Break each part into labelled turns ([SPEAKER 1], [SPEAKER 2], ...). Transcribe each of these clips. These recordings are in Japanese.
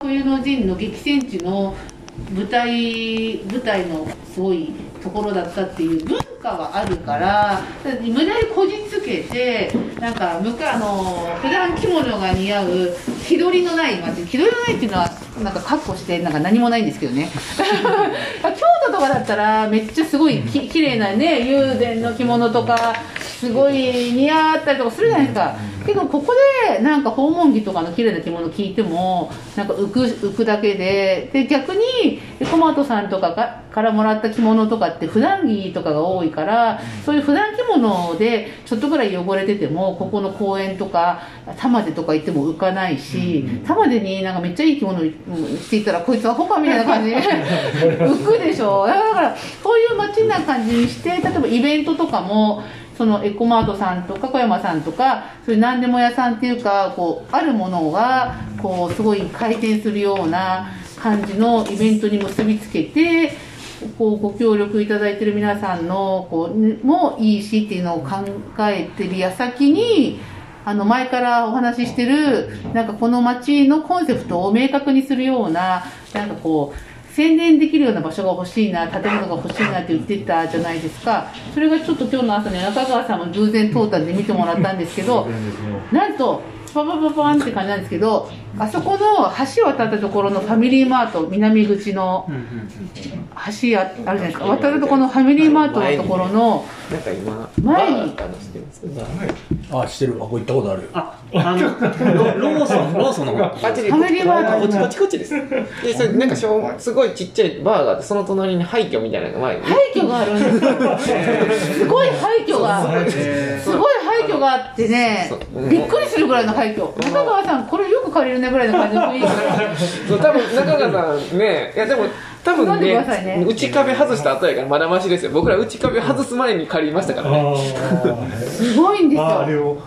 [SPEAKER 1] 冬の陣の激戦地の舞台舞台のすごいところだったっていう文化はあるからだから無駄にこじつけてなんかむかあの普段着物が似合う気取りのない街気取りのないっていうのはなんか確保してなんか何もないんですけどね 京都とかだったらめっちゃすごいき綺麗なね友禅の着物とかすごい似合ったりとかするじゃないですかけどここでなんか訪問着とかの綺麗な着物聞いてもなんか浮く浮くだけでで逆にコマトさんとかがからもらった着物とかって普段着とかが多いからそういう普段着物でちょっとぐらい汚れててもここの公園とか玉手とか行っても浮かないし玉手になんかめっちゃいい着物していたらこいつはホカみたいな感じで浮くでしょだからそういう街な感じにして例えばイベントとかもそのエコマートさんとか小山さんとかそういう何でも屋さんっていうかこうあるものがこうすごい回転するような感じのイベントに結びつけてこうご協力いただいてる皆さんのこうねもいいしっていうのを考えてる矢先に。あの前からお話ししてるなんかこの街のコンセプトを明確にするようななんかこう宣伝できるような場所が欲しいな建物が欲しいなって言ってたじゃないですかそれがちょっと今日の朝ね中川さんも偶然通ったんで見てもらったんですけどなんとパパパパンって感じなんですけどあそこの橋渡ったところのファミリーマート南口の橋ああるじゃないですか渡るとこのファミリーマートのところの
[SPEAKER 2] なんか今
[SPEAKER 1] 前に
[SPEAKER 2] バーあのしてます
[SPEAKER 3] あ、してる。あ、これ行ったことある。
[SPEAKER 4] あ、あの、ロローソン、ローソンの方。
[SPEAKER 2] あっちで
[SPEAKER 1] ファミリーマート
[SPEAKER 2] こっちこっちこっちですでそれなんかしょうすごいちっちゃいバーがあってその隣に廃墟みたいなのが前に
[SPEAKER 1] 廃墟があるんですすごい廃墟が
[SPEAKER 4] え
[SPEAKER 1] すごい廃墟があってね
[SPEAKER 2] そう
[SPEAKER 1] びっくりするぐらいの廃墟中川さんこれよく借りるねぐらいの感じの雰囲気
[SPEAKER 2] そう多分中川さんねいやでも多分
[SPEAKER 1] 飲んで
[SPEAKER 2] ね
[SPEAKER 1] くださいね
[SPEAKER 2] 内壁外した後やからまだましですよ僕ら内壁外す前に借りましたからね
[SPEAKER 1] すごいんです
[SPEAKER 5] あああれ
[SPEAKER 1] よ。
[SPEAKER 5] を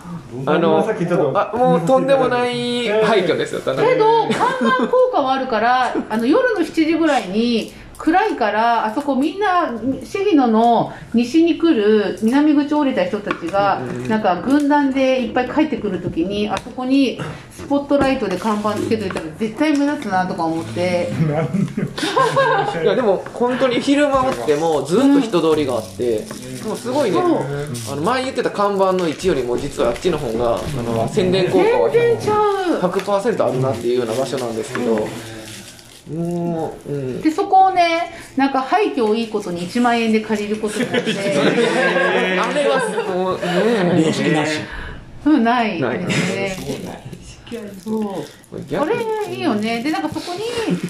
[SPEAKER 2] あの
[SPEAKER 5] さっきちょっと
[SPEAKER 2] あもうとんでもない廃墟ですよただ
[SPEAKER 1] けど、看板効果はあるから、 あの夜の7時ぐらいに、暗いから、あそこみんな、シギノの西に来る、南口降りた人たちが、なんか軍団でいっぱい帰ってくるときに、あそこにスポットライトで看板つけといたら、絶対目立つなとか思って、
[SPEAKER 2] いやでも本当に昼間おってもずっと人通りがあって、もうすごいね、
[SPEAKER 1] そう
[SPEAKER 2] あの前言ってた看板の位置よりも実はあっちの方があの宣伝効果
[SPEAKER 1] 全然ち
[SPEAKER 2] は
[SPEAKER 1] ゃう。
[SPEAKER 2] 100%あるなっていうような場所なんですけど、もう、うん、
[SPEAKER 1] でそこをねなんか廃墟をいいことに1万円で借りることになって
[SPEAKER 2] あれはもうね
[SPEAKER 3] 認識なし。
[SPEAKER 1] うんない
[SPEAKER 2] ない
[SPEAKER 1] ですねそう
[SPEAKER 2] ギャ
[SPEAKER 1] こ
[SPEAKER 2] グ
[SPEAKER 1] れいいよねでなんかそこ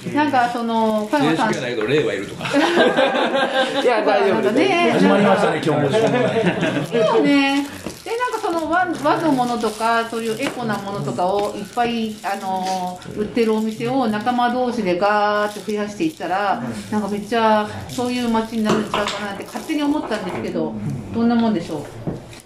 [SPEAKER 1] になんかその小山さん
[SPEAKER 6] はないけど霊はいるとか
[SPEAKER 2] いや大丈夫です、
[SPEAKER 1] ね
[SPEAKER 3] 始まりましたね、 今日も。
[SPEAKER 1] いいよねでなんかその和和のものとかそういうエコなものとかをいっぱい、あのー売ってるお店を仲間同士でガーッと増やしていったらなんかめっちゃそういう街になるんちゃうかなって勝手に思ったんですけどどんなもんでしょう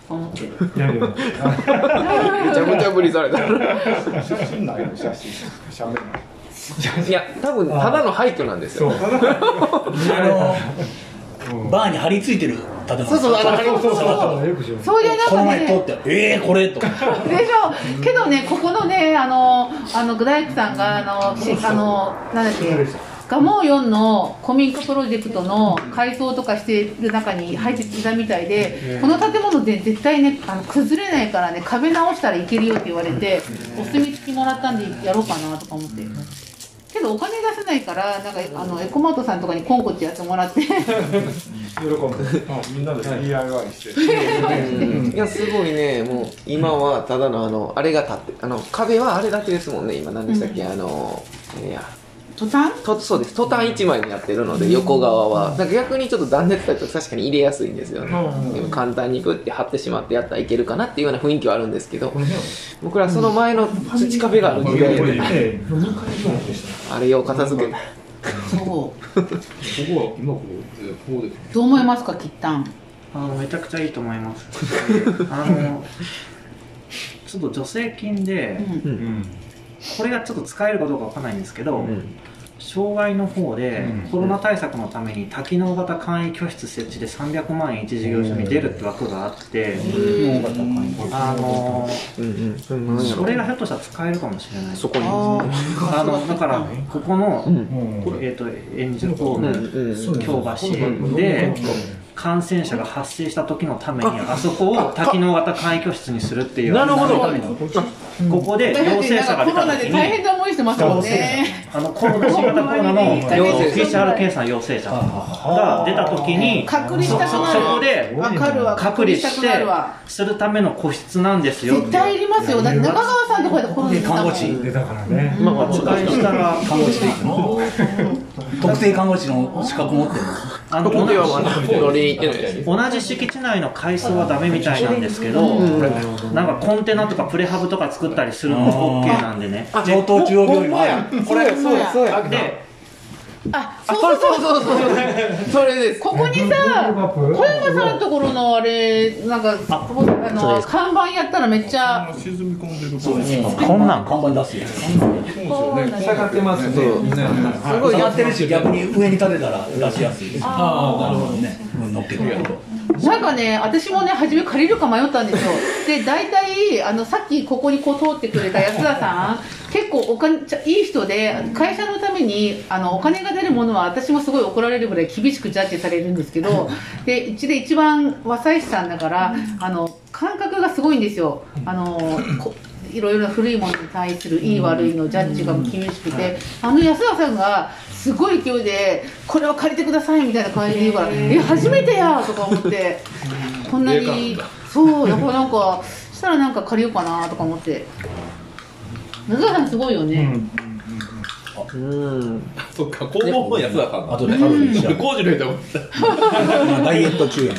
[SPEAKER 1] と思って
[SPEAKER 5] いやいや
[SPEAKER 2] めちゃめちゃぶりされた
[SPEAKER 7] 写真ないの写真しゃべない
[SPEAKER 2] いや多分ただの廃墟なんです
[SPEAKER 5] そ
[SPEAKER 2] よ
[SPEAKER 5] う
[SPEAKER 3] あの、バーに張り付いてる建物。
[SPEAKER 2] そうそうあのあれ
[SPEAKER 5] そうそうそうそうよく知る
[SPEAKER 1] そういう
[SPEAKER 3] こ
[SPEAKER 1] 中
[SPEAKER 3] の
[SPEAKER 1] で、
[SPEAKER 3] 前通
[SPEAKER 1] ね
[SPEAKER 3] っ、て、ええー、これと。
[SPEAKER 1] でしょけどねここのねあのあの具大工さんがあのしあのなんだっけ蒲生4の古民家プロジェクトの改装とかしてる中に入ってきたみたいでこの建物で絶対ねあの崩れないからね壁直したらいけるよって言われてお墨付きもらったんでやろうかなとか思って。けどお金出せないからなんかあのエコマートさんとかにコンコチやってもらって
[SPEAKER 7] 喜んでみんなで DIY して
[SPEAKER 2] うんいやすごいねもう今はただのあのあれが立ってあの壁はあれだけですもんね今何でしたっけ、あのいや
[SPEAKER 1] 途端
[SPEAKER 2] とそうですトタン一枚になってるので横側はなんか逆にちょっと断熱だと確かに入れやすいんですよね、でも簡単にグッて貼ってしまってやったらいけるかなっていうような雰囲気はあるんですけど僕らその前の土壁がある時代で
[SPEAKER 5] え
[SPEAKER 2] あれを片付けて
[SPEAKER 1] そう
[SPEAKER 6] ここは今こうこうで
[SPEAKER 1] どう思いますかきったん
[SPEAKER 4] あの、めちゃくちゃいいと思 います。あの、ちょっと助成金で、
[SPEAKER 1] うん
[SPEAKER 5] えうん
[SPEAKER 4] これがちょっと使えるかどうかわかんないんですけど、障害の方で、コロナ対策のために多機能型簡易居室設置で300万円一事業所に出るって枠があって、あの
[SPEAKER 2] うんうんうん
[SPEAKER 4] それがひょっとしたら使えるかもしれない
[SPEAKER 2] そこに
[SPEAKER 4] あのだからここの、
[SPEAKER 2] うん
[SPEAKER 4] えー、と演じる方
[SPEAKER 2] うんう
[SPEAKER 4] の
[SPEAKER 2] んうん
[SPEAKER 4] 京橋で感染者が発生した時のためにあそこを多機能型簡易居室にするっていう
[SPEAKER 2] なるほど
[SPEAKER 4] ためのここで陽性者が出
[SPEAKER 1] コロ
[SPEAKER 4] た
[SPEAKER 1] ナ
[SPEAKER 4] 時
[SPEAKER 1] で
[SPEAKER 4] に
[SPEAKER 1] 大変な思いしてますもんね
[SPEAKER 4] あのコロナ新型コロナの
[SPEAKER 1] 陽性者
[SPEAKER 4] PCR 検査の陽性者が出た時に
[SPEAKER 1] 隔離し
[SPEAKER 4] そ
[SPEAKER 1] たく
[SPEAKER 4] そ
[SPEAKER 1] なる
[SPEAKER 4] そこで
[SPEAKER 1] わかるわ
[SPEAKER 4] 隔離
[SPEAKER 1] した
[SPEAKER 4] し
[SPEAKER 1] くな
[SPEAKER 4] て
[SPEAKER 1] るわ
[SPEAKER 4] するための個室なんですよ
[SPEAKER 1] 絶対いりますよだって中川さんとこでコロナで
[SPEAKER 3] 看護師
[SPEAKER 7] 出たからね
[SPEAKER 4] まあまあお伝えしたら
[SPEAKER 3] 看護師 で行くの特定看護師の資格持ってるの
[SPEAKER 4] あの
[SPEAKER 2] ここではまだ乗りに行ってないです
[SPEAKER 4] 同じ敷地内の階層はダメみたいなんですけど、なんかコンテナとかプレハブとか作ったりするのも OK なんでね。
[SPEAKER 3] 上東中央病院もある
[SPEAKER 2] これそうやそうや
[SPEAKER 4] で、
[SPEAKER 1] あ
[SPEAKER 2] あ
[SPEAKER 1] そう
[SPEAKER 2] そ
[SPEAKER 1] そう
[SPEAKER 2] れ
[SPEAKER 1] そう
[SPEAKER 2] そうそうそうそれです
[SPEAKER 1] ここにさ小山さんのところのあれなんかあの看板やったらめっちゃ
[SPEAKER 6] 沈み込んでる
[SPEAKER 3] そうですね
[SPEAKER 4] こんなん
[SPEAKER 3] 看板出すよ
[SPEAKER 1] こうなんか
[SPEAKER 7] 下がってますねみんな
[SPEAKER 2] すごいや
[SPEAKER 3] 上がっ
[SPEAKER 2] って
[SPEAKER 3] て
[SPEAKER 2] る
[SPEAKER 3] る
[SPEAKER 2] し
[SPEAKER 3] し逆に上に立てたら出しやすいですああなるほどねうん乗っけてくれると
[SPEAKER 1] なんかね、私もね、初め借りるか迷ったんですよ。で、大体、あの、さっきここにこう通ってくれた安田さん、結構お金、ちゃいい人で、会社のために、あの、お金が出るものは私もすごい怒られるぐらい厳しくジャッジされるんですけど、で、うちで一番和石さんだから、あの、感覚がすごいんですよ。あの、こいろいろな古いものに対するいい悪いのジャッジが厳しくて、あの安田さんがすごい勢いでこれを借りてくださいみたいな感じで言うから「え初めてや!」とか思ってこんなにそうやっぱなんかしたらなんか借りようかなとか思って中川さんすごいよね、
[SPEAKER 2] うん
[SPEAKER 6] そっか工房の安田さん
[SPEAKER 3] あ
[SPEAKER 6] だ
[SPEAKER 3] とでカロリー調べる
[SPEAKER 6] 工事の人も
[SPEAKER 3] ダイエット中やん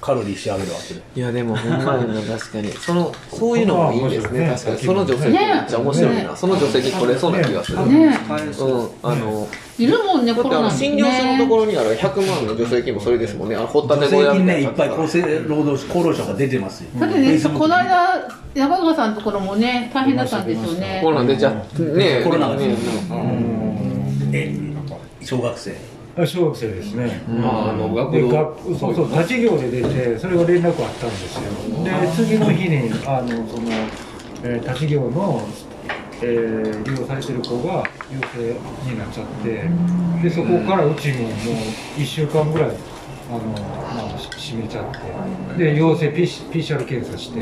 [SPEAKER 3] カロリー調べるわけで
[SPEAKER 2] いやでもほんまにな確かにそのそういうのもいいですね
[SPEAKER 7] ね
[SPEAKER 2] 確かにその女性めっちゃ面白いなその女性にこれそうな気がするうん
[SPEAKER 1] ね
[SPEAKER 4] 使えるし
[SPEAKER 2] あの
[SPEAKER 1] いるもんね
[SPEAKER 2] だっ
[SPEAKER 1] コ
[SPEAKER 2] てあ
[SPEAKER 1] ロ
[SPEAKER 2] の
[SPEAKER 1] ナ
[SPEAKER 2] 診療所のとこ
[SPEAKER 1] ろ
[SPEAKER 2] ろにある100万の助成金もそれですもんねあのほった
[SPEAKER 3] 助
[SPEAKER 2] て小
[SPEAKER 3] 成
[SPEAKER 2] 屋み
[SPEAKER 3] 金
[SPEAKER 2] た
[SPEAKER 3] ね
[SPEAKER 2] い
[SPEAKER 3] い
[SPEAKER 2] な
[SPEAKER 3] っぱい厚生労働省厚労省が出てますよ
[SPEAKER 1] だってねこの間中川さんのところもね大変だったんですよね
[SPEAKER 2] コロナ出ちゃってね
[SPEAKER 3] コロナが
[SPEAKER 2] ね
[SPEAKER 3] 出
[SPEAKER 7] うん
[SPEAKER 3] え小学生
[SPEAKER 7] あ小学生ですね
[SPEAKER 6] まああの
[SPEAKER 7] で
[SPEAKER 6] 学
[SPEAKER 7] 学
[SPEAKER 6] 童
[SPEAKER 7] そうそう立ち業で出てそれが連絡あったんですよで次の日にあのその、えー、立ち業の、えー利用されてる子が陽性になっちゃってでそこからうちももう1週間ぐらいあの、まあ、し閉めちゃってで陽性 PC PCR 検査して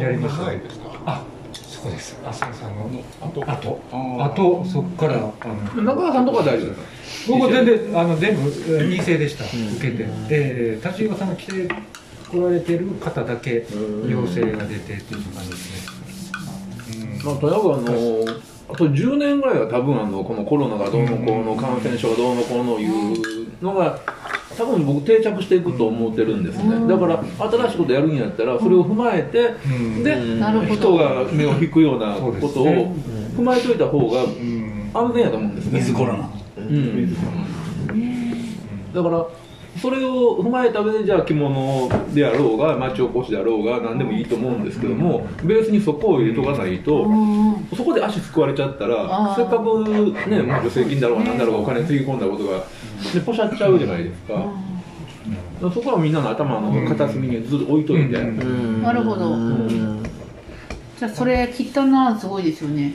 [SPEAKER 7] やりましたねあそうです浅野さんのあとあとあとそこからあの
[SPEAKER 6] 中川さんとかは大丈夫ですか
[SPEAKER 7] 僕は全然あの全部えー陰性でした、受けて、で立岩さんが来て来られてる方だけ陽性が出てっていう感じですね、
[SPEAKER 6] まあ、とにかくあのあと10年ぐらいは多分あのこのコロナがどうのこうの感染症がどうのこうのいうのが多分僕定着していくと思ってるんですねだから新しいことやるんやったらそれを踏まえて
[SPEAKER 7] うん
[SPEAKER 6] で
[SPEAKER 1] なるほ
[SPEAKER 6] 人
[SPEAKER 1] ど
[SPEAKER 6] が目を引くようなこと
[SPEAKER 7] そうです
[SPEAKER 6] を踏まえといた方が
[SPEAKER 7] うん
[SPEAKER 6] 安全やと思うんです
[SPEAKER 3] ウィズ
[SPEAKER 6] ね
[SPEAKER 3] コロナ
[SPEAKER 6] うんだからそれを踏まえた上でじゃあ着物であろうが町おこしであろうが何でもいいと思うんですけどもベースにそこを入れとかないと、
[SPEAKER 1] うん
[SPEAKER 6] そこで足すくわれちゃった
[SPEAKER 1] あ
[SPEAKER 6] ら
[SPEAKER 1] ー
[SPEAKER 6] せっかくねもう助成金だろうが何だろうがお金つぎ込んだことが、でポシャっちゃうじゃないですか,、そこはみんなの頭の片隅にずっと置いといて、
[SPEAKER 7] うん
[SPEAKER 2] うん
[SPEAKER 1] なるほど
[SPEAKER 2] うん
[SPEAKER 1] じゃあそれ切ったなすごいですよね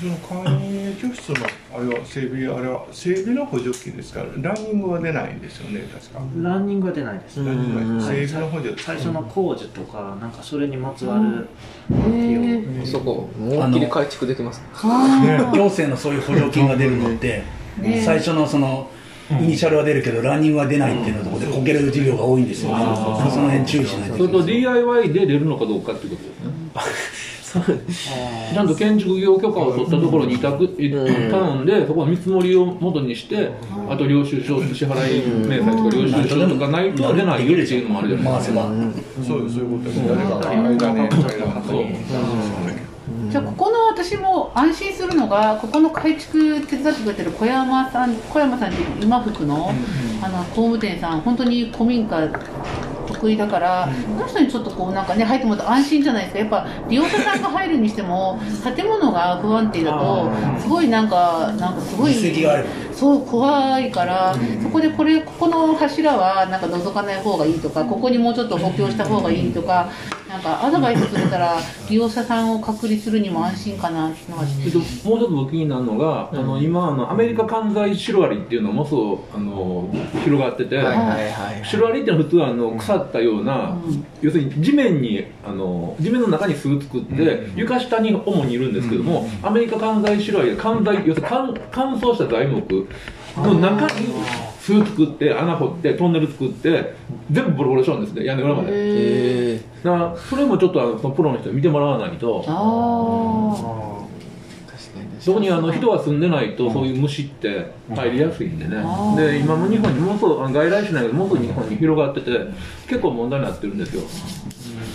[SPEAKER 5] その簡易教室のあれは整備あれは整備の補助金ですからランニングは出ないんですよね確か。
[SPEAKER 4] ランニングは出ないです。
[SPEAKER 5] ランニングは整備の補助。
[SPEAKER 4] 最初の工事とか、なんかそれにまつわる
[SPEAKER 1] へえ
[SPEAKER 2] そこ思いっきり改築できます
[SPEAKER 1] あ
[SPEAKER 3] 行政のそういう補助金が出るのって
[SPEAKER 1] ーね
[SPEAKER 3] 最初のそのイニシャルは出るけどランニングは出ないっていうのところでこける事業が多いんですよその辺注意しない
[SPEAKER 6] そ
[SPEAKER 3] と
[SPEAKER 6] れと DIY で出るのかどうかっていうこと ですねちゃんと建築業許可を取ったところに委託頼んでそこは見積もりを元にしてあと領収書支払い明細とか領収書とかないと出ないよっていうのもあるじゃない
[SPEAKER 3] 回
[SPEAKER 6] です
[SPEAKER 3] せ
[SPEAKER 6] か
[SPEAKER 3] ば
[SPEAKER 5] そうですそういうことです。誰かが間に間に挟んで
[SPEAKER 1] じゃあここの私も安心するのがここの改築手伝ってくれてる小山さん小山さんっていう今福のあの工務店さん本当に古民家と得意だから、その人にちょっとこうなんかね入ってもらったら安心じゃないですかやっぱ利用者さんが入るにしても建物が不安定だとすごいなんかなんかすごい
[SPEAKER 3] 実績があれば
[SPEAKER 1] そう怖いから、そこでこれここの柱はなんか覗かない方がいいとかここにもうちょっと補強した方がいいとかなんかアドバイスくれたら利用者さんを隔離するにも安心かなっていうのが
[SPEAKER 6] えっと、もうちょっと僕気になるのが、あの今あのアメリカ関西シロアリっていうのもそうあの広がってて、
[SPEAKER 2] はいはいはい
[SPEAKER 6] シロアリっていうのは普通はあの腐ったような、
[SPEAKER 1] うん
[SPEAKER 6] 要するに地面にあの地面の中に巣作って、床下に主にいるんですけども、アメリカ関西シロアリは関西要するに乾乾燥した材木の中に巣作って穴掘ってトンネル作って全部ボロボロしちゃうんですね屋根裏まで、
[SPEAKER 1] へー
[SPEAKER 2] え
[SPEAKER 6] だからそれもちょっとあのそのプロの人に見てもらわないと
[SPEAKER 1] あ
[SPEAKER 2] ー確かに
[SPEAKER 6] そこにあの人が住んでないとそういう虫って入りやすいんでね、
[SPEAKER 1] あー
[SPEAKER 6] で今も日本にもうそうあの外来種ないけどもうすぐ日本に広がってて結構問題になってるんですよ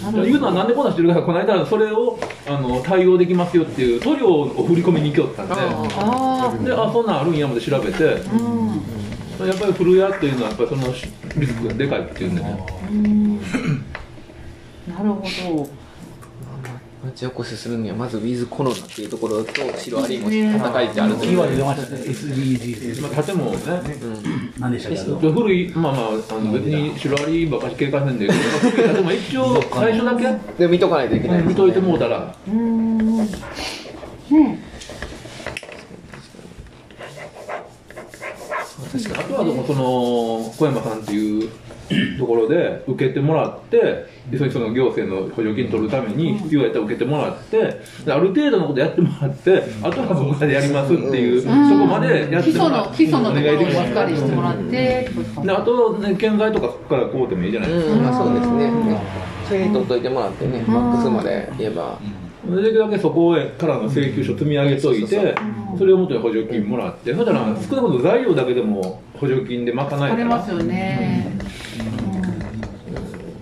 [SPEAKER 1] あ
[SPEAKER 6] 言うのはなんでこんなんしてるかこの間それをあの対応できますよっていう塗料を振り込みに行きよったんで
[SPEAKER 1] あ
[SPEAKER 6] であそんなんあるんやまで調べてやっ
[SPEAKER 1] ーうん
[SPEAKER 6] ぱり古屋っていうのはやっぱりそのリスクがでかいっていうんでね
[SPEAKER 1] うんなるほど
[SPEAKER 2] 町おこしするにはまずウィズコロナっていうところとシロアリも戦いってあると
[SPEAKER 3] キー
[SPEAKER 2] 思
[SPEAKER 3] ワ
[SPEAKER 2] う
[SPEAKER 3] ード出ましたね SDGs
[SPEAKER 6] まあ建物ね
[SPEAKER 3] 何でしたっけあの
[SPEAKER 6] 古いまあまああの別にシロアリばかし警戒せんでいいけど古い建物一応最初だけ
[SPEAKER 2] で見とかないといけないですね
[SPEAKER 6] 見といてもうたら
[SPEAKER 1] うんね
[SPEAKER 6] あとはでもその小山さんっていうところ で受けてもらってでそれにその行政の補助金取るために必要やったら受けてもらってである程度のことやってもらってあとは僕らでやりますっていうそこ
[SPEAKER 1] うん
[SPEAKER 6] までやっ
[SPEAKER 1] 基
[SPEAKER 6] ても
[SPEAKER 1] 礎の
[SPEAKER 6] らって
[SPEAKER 1] 基礎のところをしっかりしても
[SPEAKER 6] で
[SPEAKER 1] らってってことか
[SPEAKER 6] あとね県外とかそこからこうでもいいじゃないですか
[SPEAKER 2] うん、まあそうですね。せーとといてもらってね、マックスまで言えば。
[SPEAKER 6] できるだけそこからの請求書積み上げといてそれをもとに補助金もらってだから少なくとも材料だけでも補助金で賄えた
[SPEAKER 1] 取れま
[SPEAKER 6] ら
[SPEAKER 1] すよね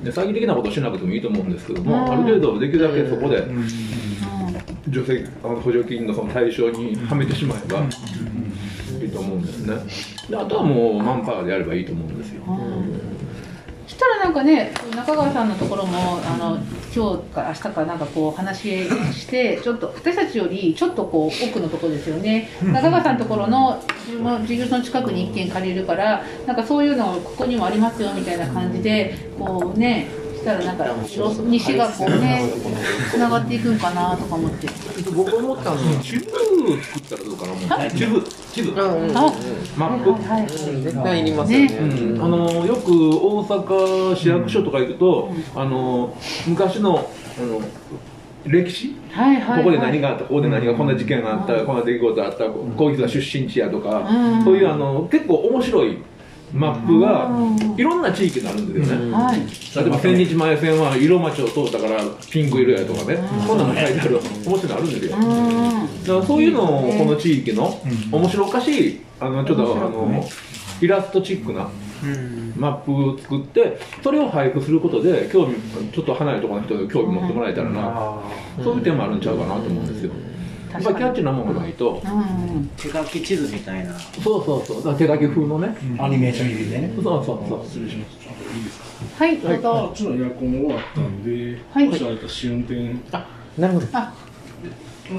[SPEAKER 6] で詐欺的なことをしなくてもいいと思うんですけど
[SPEAKER 1] うん
[SPEAKER 6] もある程度できるだけそこで
[SPEAKER 1] うん
[SPEAKER 6] 助成あの補助金のその対象にはめてしまえばいいと思うんですねであとはもうマンパワーでやればいいと思うんですよ
[SPEAKER 1] そしたらなんかね中川さんのところもあの今日か明日かなんかこう話してちょっと私たちよりちょっとこう奥のところですよね中川さんのところの自分の事業所の近くに一軒借りるからなんかそういうのここにもありますよみたいな感じでこうねしたらなんか西がこうねつながっていくんかなとか思って
[SPEAKER 6] 僕思ったのは地図作ったらどうかな思って地図地図
[SPEAKER 2] うん、うん、
[SPEAKER 1] あ
[SPEAKER 6] マ
[SPEAKER 1] はい
[SPEAKER 6] ップ、
[SPEAKER 1] はいはい
[SPEAKER 2] 絶対いりますよね。
[SPEAKER 6] うんあのよく大阪市役所とか行くと、あの昔のあの歴史
[SPEAKER 1] はいはいはい
[SPEAKER 6] ここで何があったここで何がこんな事件があった、こんな出来事あった小池が出身地やとか、
[SPEAKER 1] うん
[SPEAKER 6] そういうあの結構面白いマップが
[SPEAKER 1] うん
[SPEAKER 6] いろんな地域にあるんですよね、
[SPEAKER 1] はい
[SPEAKER 6] 例えば千日前線は色町を通ったからピンク色やとかね、こんなの書いてある面白いのあるんですよ、
[SPEAKER 1] うん
[SPEAKER 6] だからそういうのをこの地域の面白おかしいあのちょっとあのイラストチックなマップを作ってそれを配布することで興味ちょっと離れたところの人に興味持ってもらえたらなそういう点もあるんちゃうかなと思うんですよやっぱりキャッチーなものがないと
[SPEAKER 1] うん
[SPEAKER 4] 手書き地図みたいな
[SPEAKER 6] そうそうそうだから手書き風のね
[SPEAKER 3] アニメーション入りでね
[SPEAKER 6] そうそうそう
[SPEAKER 1] はいどう
[SPEAKER 8] あ
[SPEAKER 1] ぞ
[SPEAKER 8] っちのエアコン終わったんで、
[SPEAKER 1] はい
[SPEAKER 8] もしあれだったら試運転、
[SPEAKER 2] なるほ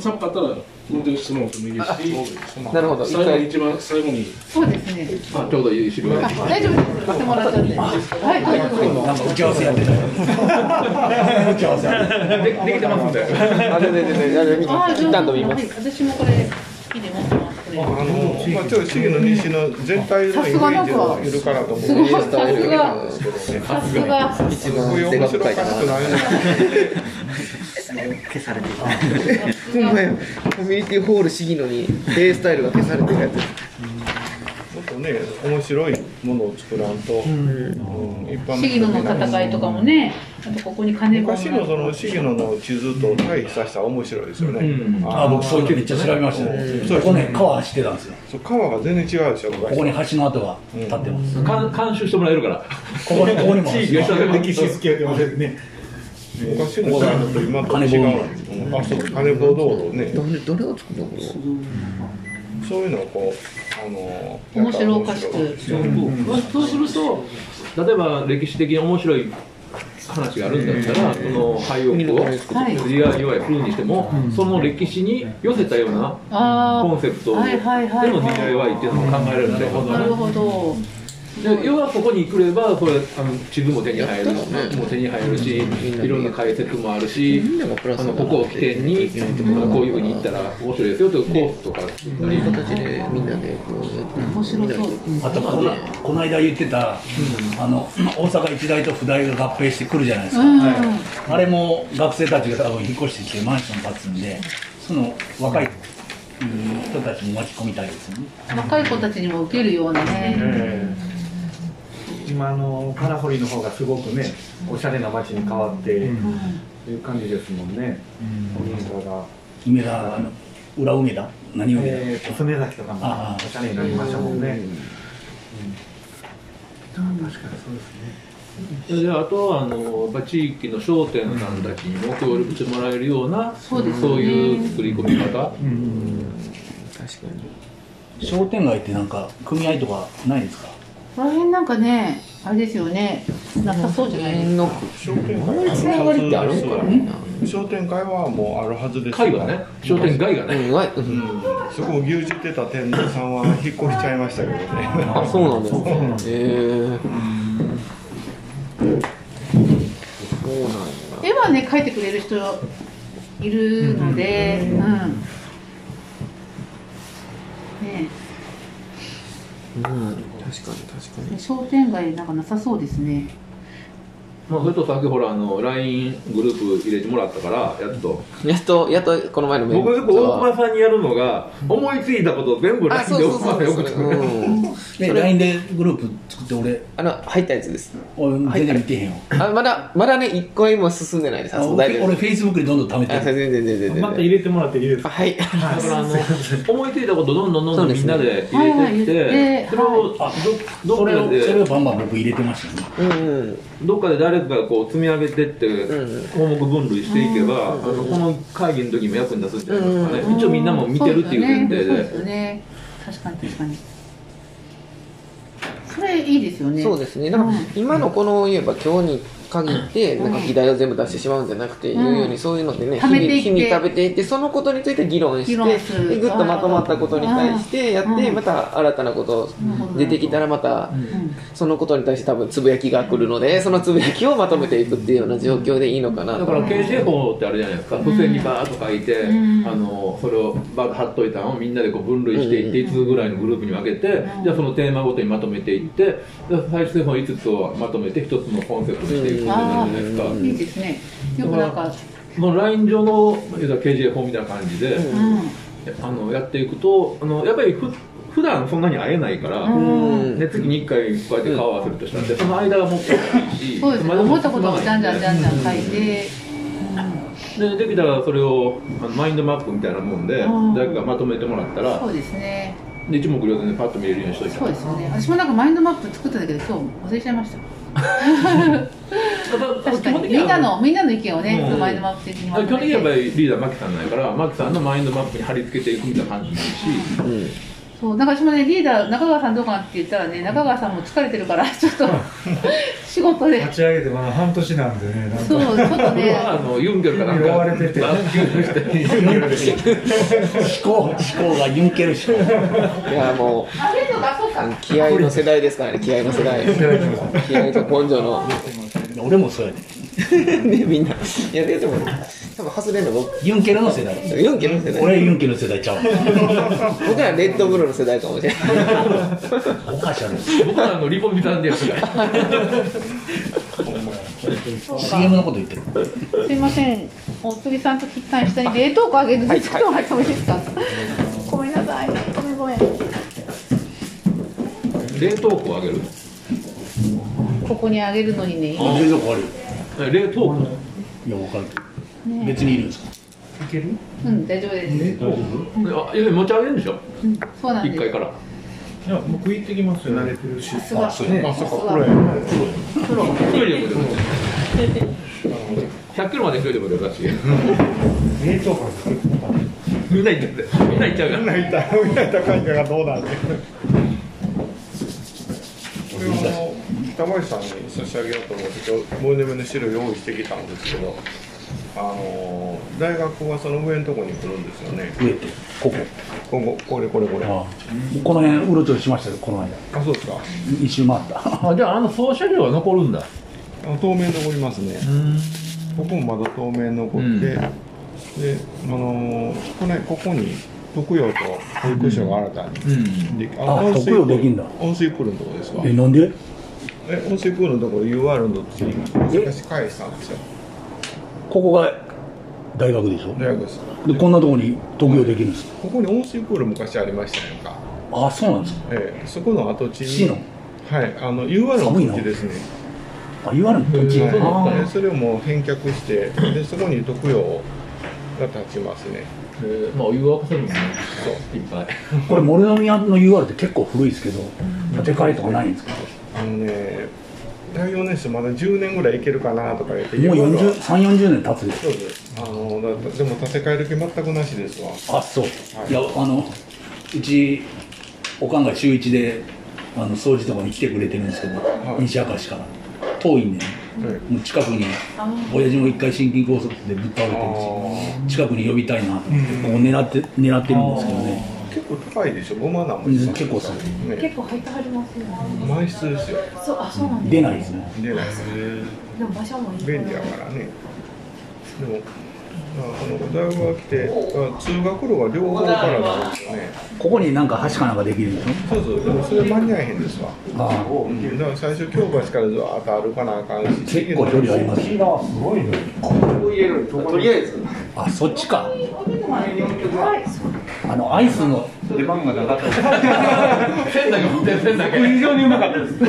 [SPEAKER 8] 寒かったら運転してもらってもいいですし、
[SPEAKER 2] ど。なるほど。一
[SPEAKER 8] 最後に
[SPEAKER 2] 回。
[SPEAKER 8] 一番最後に、
[SPEAKER 1] そうですね
[SPEAKER 6] あちょうどいい知り合い
[SPEAKER 1] あ大丈夫です。買ってもらっちゃって。はい、大丈夫です。
[SPEAKER 3] なんか打ち合わせやってたよ打ち合わせやってた
[SPEAKER 6] でできてますんで
[SPEAKER 2] あ、で、で、で、で、で、
[SPEAKER 1] あ
[SPEAKER 2] 一旦と見ま
[SPEAKER 1] は
[SPEAKER 2] す。
[SPEAKER 1] い、私もこれ、いいね、持ってます。これ
[SPEAKER 5] あの、まあ、ちょっと市議の西の全体のイメージをいるかなと思う
[SPEAKER 1] す
[SPEAKER 5] ん
[SPEAKER 1] ごい、
[SPEAKER 5] で
[SPEAKER 1] さすが。さすが。
[SPEAKER 2] 一
[SPEAKER 5] こう
[SPEAKER 2] 番
[SPEAKER 5] いう
[SPEAKER 2] 手
[SPEAKER 5] 面
[SPEAKER 2] が
[SPEAKER 5] 白
[SPEAKER 2] 深
[SPEAKER 5] い
[SPEAKER 2] いか
[SPEAKER 5] か
[SPEAKER 2] な
[SPEAKER 5] なと。ないな
[SPEAKER 4] 消されていた
[SPEAKER 2] ほんまやコミュニティホール市議のに、ヘイスタイルが消されてるやつ。
[SPEAKER 5] もっとね面白いものを作らんと、うん一般
[SPEAKER 1] シギノの
[SPEAKER 5] 人
[SPEAKER 1] 戦いとかもね、あとここに金棒が。
[SPEAKER 5] 昔のそのシギノの地図と対比させたら面白いですよね、
[SPEAKER 6] うん
[SPEAKER 5] あ
[SPEAKER 3] あ僕そういうのめっちゃ調べましたね
[SPEAKER 5] そう
[SPEAKER 3] ここね川走ってたんですよ
[SPEAKER 5] そう川が全然違うでしょこ
[SPEAKER 3] ここに橋の跡が立ってます
[SPEAKER 6] かん監修してもらえるから
[SPEAKER 3] ここにここにも橋
[SPEAKER 6] 地域が
[SPEAKER 3] が
[SPEAKER 6] 歴史
[SPEAKER 8] 付き合ってますね。
[SPEAKER 5] 昔のシギノと今と違うのあそう金棒道路ね
[SPEAKER 2] どれ、どれを作るの、これ。
[SPEAKER 5] そういうのをこうあの
[SPEAKER 1] 面白おかしく。
[SPEAKER 6] そうすると例えば歴史的に面白い話があるんだったら、その廃屋を DIY するにしても、その歴史に寄せたような
[SPEAKER 1] あ
[SPEAKER 6] コンセプトで
[SPEAKER 1] はいはいはいはい
[SPEAKER 6] の DIY っていうのも考えられるんで、
[SPEAKER 1] あなるほど
[SPEAKER 6] で要はここに来ればこれあの地図も手に入るし、もう手に入るし、いろんな解説もあるし、あのここを起点にこういうふうに行ったら面白いですよというコースとか、
[SPEAKER 2] いう形でみんなでこうやって
[SPEAKER 1] 面白そう
[SPEAKER 3] あとこのこの間言ってた、あの大阪一大と府大が合併してくるじゃないですか、あれも学生たちが多分引っ越してきてマンション建つんでその若いうん人たちも巻き込みたいですよね
[SPEAKER 1] 若い子たちにも受けるようなね
[SPEAKER 9] 今あの金堀の方がすごくねおしゃれな街に変わって、という感じですもんね、うん、が、
[SPEAKER 3] 梅田あの裏梅田何梅田、
[SPEAKER 9] えー、小爪崎とかも
[SPEAKER 3] ああ
[SPEAKER 9] おしゃれになりましたもんね、
[SPEAKER 6] であとはあのやっぱ地域の商店さんたちにも協力してもらえるような、そう
[SPEAKER 1] ですね
[SPEAKER 6] いう作り込み方、
[SPEAKER 2] 確かに
[SPEAKER 3] 商店街ってなんか組合とかないですか
[SPEAKER 1] この辺なんかねあれですよねなさそうじゃないですか
[SPEAKER 2] の
[SPEAKER 5] 商店
[SPEAKER 2] あんまりつながりってあるんかなみんな
[SPEAKER 5] 商店会はもうあるはずです
[SPEAKER 6] 会はね商店街が
[SPEAKER 2] う
[SPEAKER 6] ね、
[SPEAKER 2] んわうん
[SPEAKER 5] そこを牛耳ってた店頭さんは引っ越しちゃいましたけどね
[SPEAKER 2] あそうなんですねええそうなんや
[SPEAKER 1] 絵はね描いてくれる人いるのでうん、ね
[SPEAKER 2] うん確かに確かに
[SPEAKER 1] え商店街なんかなさそうですね
[SPEAKER 6] まあ、それとさっきほらあの LINE グループ入れてもらったからやっと
[SPEAKER 2] やっと、やっとこの前のメー
[SPEAKER 6] 僕
[SPEAKER 2] ル
[SPEAKER 6] はこう大熊さんにやるのが思いついたことを全部
[SPEAKER 2] あ、
[SPEAKER 6] LINE
[SPEAKER 2] そう
[SPEAKER 6] で
[SPEAKER 2] そう
[SPEAKER 6] 送
[SPEAKER 2] そ
[SPEAKER 6] っ
[SPEAKER 2] う
[SPEAKER 6] たよ
[SPEAKER 2] そ
[SPEAKER 6] か
[SPEAKER 2] う
[SPEAKER 6] った
[SPEAKER 2] うん
[SPEAKER 3] で LINE でグループ作って俺
[SPEAKER 2] あの、入ったやつです
[SPEAKER 3] 俺全然見てへんよ
[SPEAKER 2] あ、まだ、まだね、一回も進んでないです。あ、
[SPEAKER 3] あ
[SPEAKER 2] そう、大
[SPEAKER 3] 俺
[SPEAKER 2] 丈夫
[SPEAKER 3] 俺
[SPEAKER 2] です。
[SPEAKER 3] フェイスブックにどんどん貯めて
[SPEAKER 2] あ、
[SPEAKER 3] る
[SPEAKER 2] 全然全然全然。
[SPEAKER 9] また入れてもらっていいです
[SPEAKER 2] あ
[SPEAKER 9] か
[SPEAKER 2] はい。
[SPEAKER 6] だからあの思いついたことをどんどんどんどんみんなで入れてっ
[SPEAKER 1] はいはい言って
[SPEAKER 6] てそれを
[SPEAKER 3] あ
[SPEAKER 6] ど
[SPEAKER 3] それを
[SPEAKER 6] どっかで
[SPEAKER 3] それをバンバン僕入れてましたね
[SPEAKER 2] うんうん。
[SPEAKER 6] どっかで誰かがこう積み上げてって
[SPEAKER 2] うん
[SPEAKER 6] 項目分類していけばあのこの会議の時も役に立つんじゃないですかね
[SPEAKER 2] う
[SPEAKER 6] 一応みんなも見てるっていう前提
[SPEAKER 1] そうです
[SPEAKER 6] で
[SPEAKER 1] よね確かに確かにそれいいですよね
[SPEAKER 2] そうですね。だから
[SPEAKER 1] うん、
[SPEAKER 2] 今のこの、いえば今日に限って、なんか議題を全部出してしまうんじゃなくて、
[SPEAKER 1] う
[SPEAKER 2] 言
[SPEAKER 1] ん
[SPEAKER 2] うように、そういうのでね、
[SPEAKER 1] 貯
[SPEAKER 2] 日
[SPEAKER 1] めて
[SPEAKER 2] 々、
[SPEAKER 1] いって
[SPEAKER 2] 日々食べていって、そのことについて議論し
[SPEAKER 1] 議論す
[SPEAKER 2] て、
[SPEAKER 1] る
[SPEAKER 2] でぐっとまとまったことに対してやって、
[SPEAKER 1] うん
[SPEAKER 2] また新たなこと出てきたら、また、
[SPEAKER 1] うん
[SPEAKER 2] そのことに対して多分つぶやきが来るのでそのつぶやきをまとめていくっていうような状況でいいのかな
[SPEAKER 6] だ
[SPEAKER 2] と
[SPEAKER 6] から刑事法ってあれじゃないですか付箋にバーッと書いて
[SPEAKER 1] ん
[SPEAKER 6] あのそれをバーッと貼っといたのをみんなでこう分類していって5つぐらいのグループに分けてじゃあそのテーマごとにまとめていってで最終的に5つをまとめて1つのコンセプトにしていくってなるじゃないですか。
[SPEAKER 1] いいですねよくなんか
[SPEAKER 6] まあ、ライン上のいわゆる KJ 法みたいな感じで、
[SPEAKER 1] う
[SPEAKER 6] あのやっていくとあのやっぱりふ普段そんなに会えないから、
[SPEAKER 2] ん
[SPEAKER 6] ね、月に1回こうやって顔合わせるとしたって、その間がもっといいし
[SPEAKER 1] んそうですね
[SPEAKER 6] まあ
[SPEAKER 1] 思ったことをじゃんじゃんじゃんじゃん書いて
[SPEAKER 6] でできたらそれをあのマインドマップみたいなもんで、
[SPEAKER 1] うん
[SPEAKER 6] 誰かがまとめてもらったら
[SPEAKER 1] そうですね
[SPEAKER 6] で一目瞭然でパッと見れるようにしといた
[SPEAKER 1] そうですよね私もなんかマインドマップ作ったんだけど今日忘れちゃいました
[SPEAKER 6] だから
[SPEAKER 1] 確か
[SPEAKER 6] 基本
[SPEAKER 1] に
[SPEAKER 6] 的に
[SPEAKER 1] み
[SPEAKER 6] は
[SPEAKER 1] んなのみんなの意見をね
[SPEAKER 6] うん
[SPEAKER 1] そのマインドマップ的にま
[SPEAKER 6] だか
[SPEAKER 1] とめて
[SPEAKER 6] ら基本的にやっぱりリーダーマキさんなんやからマキさんのマインドマップに貼り付けていくみたいな感じになるし
[SPEAKER 2] うん
[SPEAKER 1] そうなんか私もねリーダー中川さんどうかなって言ったらね中川さんも疲れてるからちょっ と仕事で
[SPEAKER 7] 立ち上げてまだ半年なんでね、なん
[SPEAKER 1] そ
[SPEAKER 7] か
[SPEAKER 1] うちょっと
[SPEAKER 6] 僕はあ
[SPEAKER 1] ね
[SPEAKER 6] のユンケルかなん
[SPEAKER 7] 呼ば
[SPEAKER 6] か
[SPEAKER 7] れてて
[SPEAKER 6] バッキューして
[SPEAKER 3] 思考思考がユンケル思考
[SPEAKER 2] いやもう
[SPEAKER 1] あれとかそう
[SPEAKER 2] あ
[SPEAKER 1] か
[SPEAKER 2] の気合の世代ですからね気合の世代気合と根性 の
[SPEAKER 3] 俺もそうやで
[SPEAKER 2] ねみんないやででも多分外れるの僕
[SPEAKER 3] ユンケルの世代
[SPEAKER 2] ユンケルの世代
[SPEAKER 3] 俺ユンケルの世代ちゃう
[SPEAKER 2] 僕らレッドブルの世代かもしれない
[SPEAKER 3] おかしいやろ
[SPEAKER 6] 僕はあのリボンビタンでやつが
[SPEAKER 3] CM のこと言ってる
[SPEAKER 1] すいません大杉さんと菊さん下に冷凍庫あげるんで作ってもらってもいいですかごめんなさいごめんごめん
[SPEAKER 6] 冷凍庫をあげる
[SPEAKER 1] ここにあげるのにね
[SPEAKER 3] あ冷蔵庫あるよ
[SPEAKER 6] 冷凍庫
[SPEAKER 3] いやわかるけど別にいるんですか
[SPEAKER 1] うん大丈夫です
[SPEAKER 6] あいや持ち上げるんでしょ
[SPEAKER 1] そうなん
[SPEAKER 6] 一
[SPEAKER 1] で
[SPEAKER 6] 階
[SPEAKER 1] す
[SPEAKER 6] から
[SPEAKER 8] いや、僕行ってきますよ、慣れてるし。
[SPEAKER 1] すごい
[SPEAKER 5] あそっか
[SPEAKER 1] こ
[SPEAKER 5] これ
[SPEAKER 6] トイレも出る100キロまでトイレも出るらしい
[SPEAKER 8] 冷凍庫
[SPEAKER 6] みんな行っちゃってみんな行っちゃうか
[SPEAKER 5] みん
[SPEAKER 6] ら
[SPEAKER 5] な痛いみんな痛い感がどうなんでこれは北前さんに差し上げようと思って今日ムーネムの資料用意してきたんですけどあのー大学がその上のとこに来るんですよね
[SPEAKER 3] 上ってこ
[SPEAKER 5] こ
[SPEAKER 3] こ
[SPEAKER 5] ここれこれこれあ
[SPEAKER 3] あこの辺うろちょろしましたよこの間
[SPEAKER 5] そうですか
[SPEAKER 3] 一周回った
[SPEAKER 6] あじゃああの総車両は残るんだ
[SPEAKER 5] あ当面残りますねここもまだ当面残って、
[SPEAKER 6] うん
[SPEAKER 5] であのーこれここに特養と保育所が新たに
[SPEAKER 6] うん
[SPEAKER 5] でき、
[SPEAKER 3] あ
[SPEAKER 5] 温水
[SPEAKER 3] 特養できんだ
[SPEAKER 5] 温水プールのとこですわ
[SPEAKER 3] えなんで
[SPEAKER 5] え温水プールのところ UR のとこに昔返したんですよ
[SPEAKER 3] ここが大学でしょ
[SPEAKER 5] 大学です
[SPEAKER 3] でこんなとこに特業できるんですか
[SPEAKER 5] ここに温水プール昔ありましたやんか、
[SPEAKER 3] あそうなんですか
[SPEAKER 5] ええ、そこの跡地に
[SPEAKER 3] 市の
[SPEAKER 5] はいあの UR
[SPEAKER 3] 寒い
[SPEAKER 5] の
[SPEAKER 3] な
[SPEAKER 5] 土地ですね
[SPEAKER 3] あ言われん
[SPEAKER 5] はい
[SPEAKER 3] 土地
[SPEAKER 5] ええそれをもう返却してでそこに特養が立ちますね
[SPEAKER 6] まあお湯沸かせるもんねいっぱい
[SPEAKER 3] これモルノミアの UR って結構古いですけど建て替えとかないんですか
[SPEAKER 5] あのね第4年生まだ10年ぐらいいけるかなとか言って
[SPEAKER 3] もう
[SPEAKER 5] 今のは
[SPEAKER 3] 40 340年経つでし
[SPEAKER 5] そうですあのだってでも建て替える気全くなしですわ
[SPEAKER 3] ょあそう
[SPEAKER 5] はい
[SPEAKER 3] いやあのうちおかんが週一であの掃除とかに来てくれてるんですけど、
[SPEAKER 5] い
[SPEAKER 3] 西明石から遠いんで、ね
[SPEAKER 5] はい
[SPEAKER 3] もう近くに親父も一回心筋梗塞でぶっ倒れてるし近くに呼びたいなと思ってここ狙って狙ってるんですけどね
[SPEAKER 5] 結構高いでしょ5万なんも
[SPEAKER 3] うん結構する
[SPEAKER 5] ね
[SPEAKER 10] 結構入ってはりますよね。
[SPEAKER 5] 満室ですよ
[SPEAKER 10] そう、あ、そうなんです。
[SPEAKER 3] 出ないですね
[SPEAKER 5] で
[SPEAKER 10] でも場所もいいから。
[SPEAKER 5] 便利やからねでもあの大学が来てあ通学路が両方からなんですよね
[SPEAKER 3] ここになんか橋かなんかできるんでしょ
[SPEAKER 5] そうそうでもそれ間に合えへんですわ
[SPEAKER 3] ああ
[SPEAKER 5] だから最初京橋からずわーっと歩かなあかんし
[SPEAKER 3] 結構距離あります
[SPEAKER 9] すごいね
[SPEAKER 2] とりあえず
[SPEAKER 3] あそっちかあのアイスの
[SPEAKER 9] 出番がなかった
[SPEAKER 2] ペンだけ持ってるペンだけ
[SPEAKER 9] 非常にうまかったです
[SPEAKER 5] プ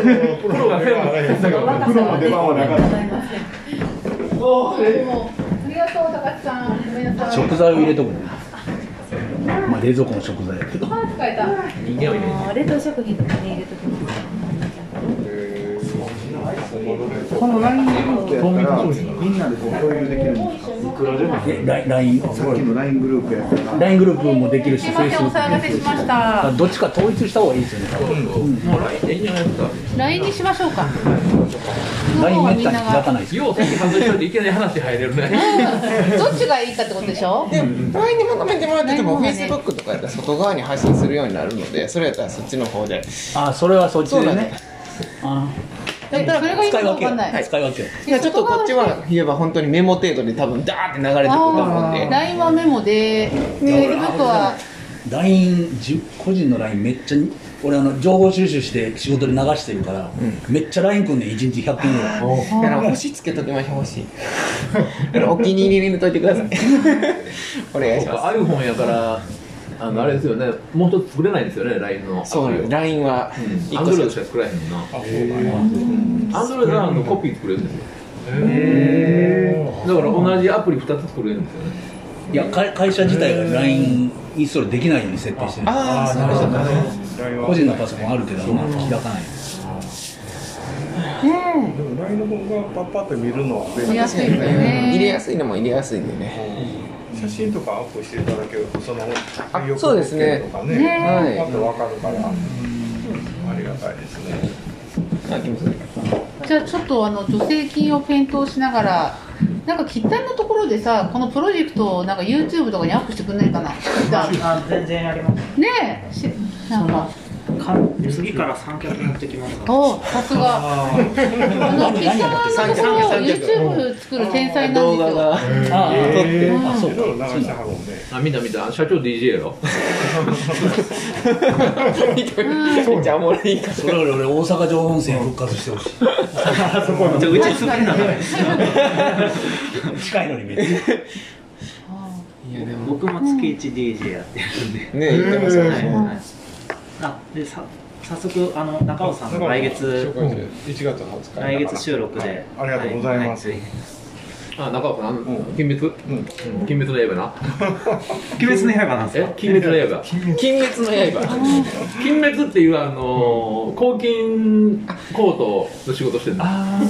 [SPEAKER 5] ロが
[SPEAKER 9] プロの出番はなかった
[SPEAKER 1] ありがとう高橋さんごめんなさい
[SPEAKER 3] 食材を入れとくねまあ冷蔵庫の食材やけど
[SPEAKER 1] あー疲れた
[SPEAKER 2] 人間を入れる
[SPEAKER 10] あー冷凍食品とかに入れときます。
[SPEAKER 9] このライングループやったらみんなでこう共有できるんですか
[SPEAKER 3] えラインライン
[SPEAKER 9] さっきのライングループやったら
[SPEAKER 3] ライングループもできるし
[SPEAKER 1] すいませんお騒がせしました
[SPEAKER 3] どっちか統一した方がいいですよね多分
[SPEAKER 6] もう来年いいんじゃないですか
[SPEAKER 1] LINE にしましょうか
[SPEAKER 3] LINE め
[SPEAKER 1] みん
[SPEAKER 3] った
[SPEAKER 1] な
[SPEAKER 3] に開か
[SPEAKER 1] が
[SPEAKER 3] ないですよ
[SPEAKER 6] よう席外しといていきなり話入れるね
[SPEAKER 1] どっちがいいかってことでしょ
[SPEAKER 2] で場合に求めてもらってても
[SPEAKER 1] LINE の
[SPEAKER 2] Facebook とかやったら外側に発信するようになるのでそれやったらそっちの方で
[SPEAKER 3] あそれはそっち
[SPEAKER 2] そう
[SPEAKER 3] で
[SPEAKER 2] だね
[SPEAKER 3] ねあ
[SPEAKER 1] だからそれがいい
[SPEAKER 3] 使
[SPEAKER 1] の
[SPEAKER 3] い
[SPEAKER 1] か分
[SPEAKER 3] 分けよ
[SPEAKER 1] かん
[SPEAKER 3] う
[SPEAKER 1] ない
[SPEAKER 3] 使い分けよ
[SPEAKER 2] いやちょっとこっちは言えば本当にメモ程度で多分ダーって流れてくると思うんで
[SPEAKER 1] LINE はメモで Facebook は
[SPEAKER 3] う LINE じゅ個人の LINE めっちゃに俺あの情報収集して仕事で流してるから、めっちゃ LINE くんね1日100件ぐらい
[SPEAKER 2] だから星つけときましょう星だからお気に入りに入れといてください お願いし
[SPEAKER 6] そう
[SPEAKER 2] ま
[SPEAKER 6] か iPhone やからあのあれですよねもう一つ作れないんですよね LINE の
[SPEAKER 2] すそうなんです LINE は
[SPEAKER 6] ア
[SPEAKER 2] 1
[SPEAKER 6] ン
[SPEAKER 2] 個
[SPEAKER 6] ドロイド
[SPEAKER 2] し
[SPEAKER 6] し
[SPEAKER 2] か
[SPEAKER 6] か作らへんもんな
[SPEAKER 5] そう
[SPEAKER 6] アンドロイドはあのコピー作れるんですよだから同じアプリ2つ作れるんですよね
[SPEAKER 3] いや会会社自体が LINE インストールできないように設定してる
[SPEAKER 2] ああなるほどなるほど
[SPEAKER 3] 個人のパソコンあるけど、まあ開かないです
[SPEAKER 5] でも LINE の方がパッパッと見るのは便利
[SPEAKER 1] 見やすいよね
[SPEAKER 2] 入れやすいのも入れやすいんでね
[SPEAKER 5] 写真とかアップしていただけるとその
[SPEAKER 2] あ
[SPEAKER 5] 魅力
[SPEAKER 2] そうですね
[SPEAKER 5] とかね
[SPEAKER 2] はい
[SPEAKER 5] パッとわかるから、ありがたいですね
[SPEAKER 2] あ気持ちいい
[SPEAKER 1] じゃあちょっとあの助成金を検討しながらなんか喫単のところでさこのプロジェクトをなんか YouTube とかにアップしてくんないかな喫単
[SPEAKER 4] ああ全然やります
[SPEAKER 1] ねえしなんか
[SPEAKER 4] か次から三脚持ってきます
[SPEAKER 1] おさすがあの喫単のところを YouTube 作る天才なん
[SPEAKER 2] 動
[SPEAKER 1] で
[SPEAKER 2] 画
[SPEAKER 1] すよ
[SPEAKER 2] が
[SPEAKER 3] あー
[SPEAKER 2] 撮って
[SPEAKER 3] あそう
[SPEAKER 5] いろいろ流してはるもんね
[SPEAKER 6] あ見た見た社長 DJ やろ
[SPEAKER 2] めっちゃおもろいから
[SPEAKER 3] それより俺大阪城温泉復活してほし
[SPEAKER 9] じゃあうち作りながら
[SPEAKER 3] い 近いのにめっちゃ
[SPEAKER 4] 僕も月一 DJ やってるんで
[SPEAKER 2] ね言ってましたね
[SPEAKER 4] はいあでさ早速あの中尾さんが来月
[SPEAKER 5] 1月20日
[SPEAKER 4] 来月収録で
[SPEAKER 5] はいありがとうございます
[SPEAKER 4] はは
[SPEAKER 6] あ中岡さん金滅
[SPEAKER 5] ん
[SPEAKER 6] うん金滅の刃な
[SPEAKER 4] 鬼滅の刃なんです
[SPEAKER 6] え
[SPEAKER 4] よ
[SPEAKER 6] 金滅の刃
[SPEAKER 2] 金滅の刃
[SPEAKER 6] 金滅っていうあのー抗菌コートの仕事してるの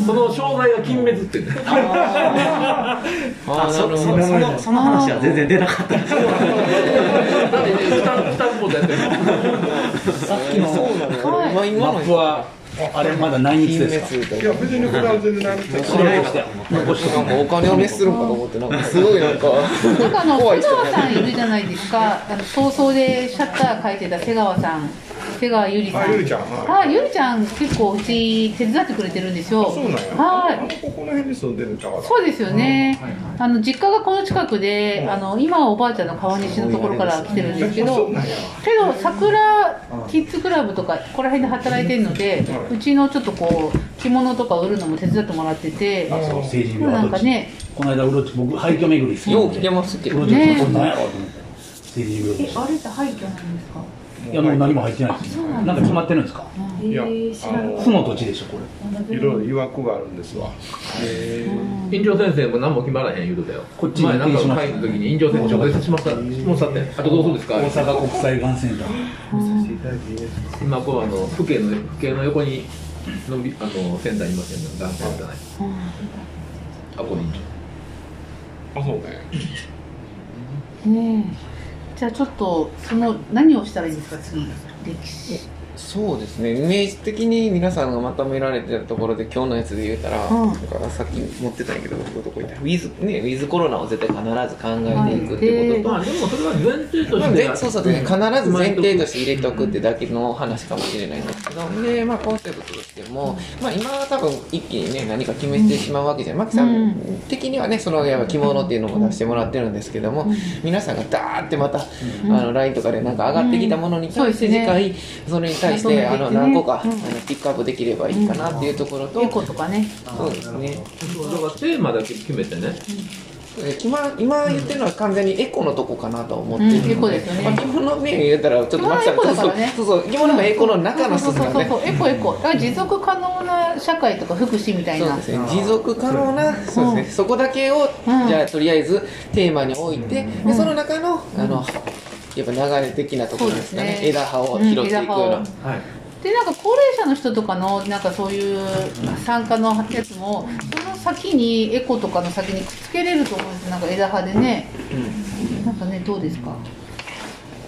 [SPEAKER 6] その障害が金滅って言うんだよ
[SPEAKER 2] あ
[SPEAKER 4] あ
[SPEAKER 2] ー
[SPEAKER 4] そ
[SPEAKER 2] なる
[SPEAKER 4] そ
[SPEAKER 2] ほ
[SPEAKER 4] そ
[SPEAKER 2] ど
[SPEAKER 4] のその話は全然出なかったんです
[SPEAKER 6] なんでね二つ二つコートやってるの
[SPEAKER 3] さっきの
[SPEAKER 2] そうなのよ
[SPEAKER 1] はい
[SPEAKER 2] 今今
[SPEAKER 3] マ
[SPEAKER 2] の
[SPEAKER 3] ップはあれまだ内密ですか
[SPEAKER 5] いや別にこれは全然何も
[SPEAKER 3] 知り合いですよ
[SPEAKER 2] なんかお金を熱するんかと思ってなんかすごいなんか
[SPEAKER 1] なんかあの
[SPEAKER 2] 怖い
[SPEAKER 1] 瀬
[SPEAKER 2] 人
[SPEAKER 1] 川さんいるじゃないですか、あの早々でシャッター書いてた瀬川さん、瀬川ゆりさん、
[SPEAKER 5] あゆりちゃんは
[SPEAKER 1] はいゆりちゃん、結構うち手伝ってくれてるんですよ、
[SPEAKER 5] そうなんや
[SPEAKER 1] はい
[SPEAKER 5] ここの辺に住んでるんちゃうかな
[SPEAKER 1] そうですよね、あの実家がこの近くで、あの今はおばあちゃんの川西のところから来てるんですけど、けど桜キッズクラブとか、ここら辺で働いてるので、うちのちょっとこう、着物とか売るのも手伝ってもらってて、
[SPEAKER 3] あそう成人病
[SPEAKER 1] な
[SPEAKER 3] はど
[SPEAKER 1] ん
[SPEAKER 3] っち
[SPEAKER 1] かね、
[SPEAKER 3] この間うろち僕廃墟巡りして
[SPEAKER 2] よう聞けますけど
[SPEAKER 3] うろち
[SPEAKER 1] ね
[SPEAKER 3] ょっと何やろうと思って成人病
[SPEAKER 10] え、あれって廃墟なんですか。
[SPEAKER 3] いやもう何も入ってないです
[SPEAKER 10] そうなん
[SPEAKER 3] な
[SPEAKER 10] だ
[SPEAKER 3] んか決まってるんですか
[SPEAKER 10] え
[SPEAKER 5] いや
[SPEAKER 10] ー、知らなかっ
[SPEAKER 3] 区の土地でしょこれ
[SPEAKER 10] た。
[SPEAKER 5] いろいろ誘惑があるんですわへ
[SPEAKER 6] 院長先生も何も決まらへん言うてたよ
[SPEAKER 3] こっちに
[SPEAKER 6] 前なんか会議の時に院長先生紹介させましたもうさってあとどうするんですか
[SPEAKER 3] 大阪国際がんセンター
[SPEAKER 6] 今こうあの府警の府警の横にのびあのセンターにいますよねがんセンターじゃないあここに院
[SPEAKER 5] あそうね
[SPEAKER 1] ねえじゃあちょっとその何をしたらいいんですか次歴史
[SPEAKER 2] そうですねイメージ的に皆さんがまとめられてたところで今日のやつで言うたら,、
[SPEAKER 1] うん
[SPEAKER 2] だからさっき持ってたんやけどどこ行ったウィズ、ね、ウィズコロナを絶対必ず考えていくっていうことと、
[SPEAKER 6] 長まあでもそれは前提と
[SPEAKER 2] まあ
[SPEAKER 6] して
[SPEAKER 2] でそうそうですね、必ず前提として入れておくってだけの話かもしれないんですけど、で、まあ、コンセプトとしても、まあ、今は多分一気にね、何か決めてしまうわけじゃない。マキさ
[SPEAKER 1] うん
[SPEAKER 2] ん的にはね、その、やっぱ着物っていうのも出してもらってるんですけども、皆さんがダーってまた、あの、LINE とかでなんか上がってきたものに対して、
[SPEAKER 1] うんそうですね
[SPEAKER 2] 次回、それに対し
[SPEAKER 1] まとめ
[SPEAKER 2] て、
[SPEAKER 1] て
[SPEAKER 2] あ
[SPEAKER 1] ね
[SPEAKER 2] の、何個か、あ
[SPEAKER 1] うん
[SPEAKER 2] のピックアップできればいいかなっていうところと
[SPEAKER 1] エ、コとかね
[SPEAKER 2] そうですね。
[SPEAKER 6] そうだからテーマだけ決めてね
[SPEAKER 2] 今今言ってるのは完全にエコのとこかなと思ってるの
[SPEAKER 1] うんエコですよね
[SPEAKER 2] まあ、着物ね言うたらちょっとマキさん
[SPEAKER 1] 着物はエコだ
[SPEAKER 2] そ
[SPEAKER 1] から
[SPEAKER 2] う
[SPEAKER 1] ね
[SPEAKER 2] そうそうそう着物もエコの中の一
[SPEAKER 1] そう
[SPEAKER 2] つ
[SPEAKER 1] そう
[SPEAKER 2] な
[SPEAKER 1] そ
[SPEAKER 2] ん
[SPEAKER 1] う
[SPEAKER 2] で、
[SPEAKER 1] そうエコエコだから持続可能な社会とか福祉みたい
[SPEAKER 2] そう
[SPEAKER 1] な
[SPEAKER 2] ですね持続可能なそうですね、
[SPEAKER 1] うん
[SPEAKER 2] そこだけを、
[SPEAKER 1] うん
[SPEAKER 2] じゃあとりあえずテーマに置いて、でその中のあのやっぱ流れ的なところです
[SPEAKER 1] そ
[SPEAKER 2] か
[SPEAKER 1] う
[SPEAKER 2] ね
[SPEAKER 1] ですね
[SPEAKER 2] 枝葉を拾っていくよう
[SPEAKER 1] うん
[SPEAKER 2] な、
[SPEAKER 1] 枝葉をでなんか高齢者の人とかのなんかそういう参加のやつもその先にエコとかの先にくっつけれると思うんですなんか枝葉でね、なんかねどうですか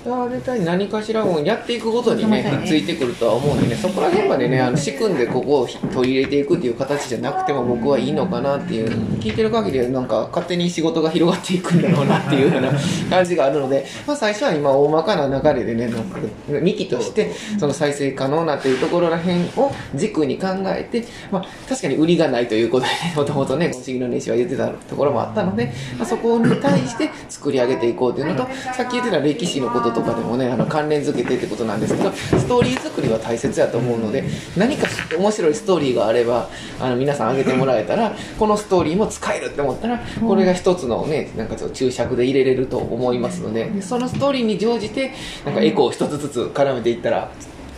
[SPEAKER 2] 大体何かしらもうやっていくごとにね
[SPEAKER 1] そうですね
[SPEAKER 2] ついてくるとは思うんでねそこら辺までねあの仕組んでここを取り入れていくっていう形じゃなくても僕はいいのかなっていう聞いてる限りでなんか勝手に仕事が広がっていくんだろうなっていうような感じがあるので、まあ、最初は今大まかな流れでねなんか2期としてその再生可能なというところら辺を軸に考えて、まあ、確かに売りがないということでねもともとねご主義の練習は言ってたところもあったので、まあ、そこに対して作り上げていこうというのとさっき言ってた歴史のこととかでもねあの関連づけてってことなんですけどストーリー作りは大切やと思うので何か面白いストーリーがあればあの皆さん上げてもらえたらこのストーリーも使えるって思ったらこれが一つのねなんかちょっと注釈で入れれると思いますのででそのストーリーに乗じてなんかエコーを一つずつ絡めていったら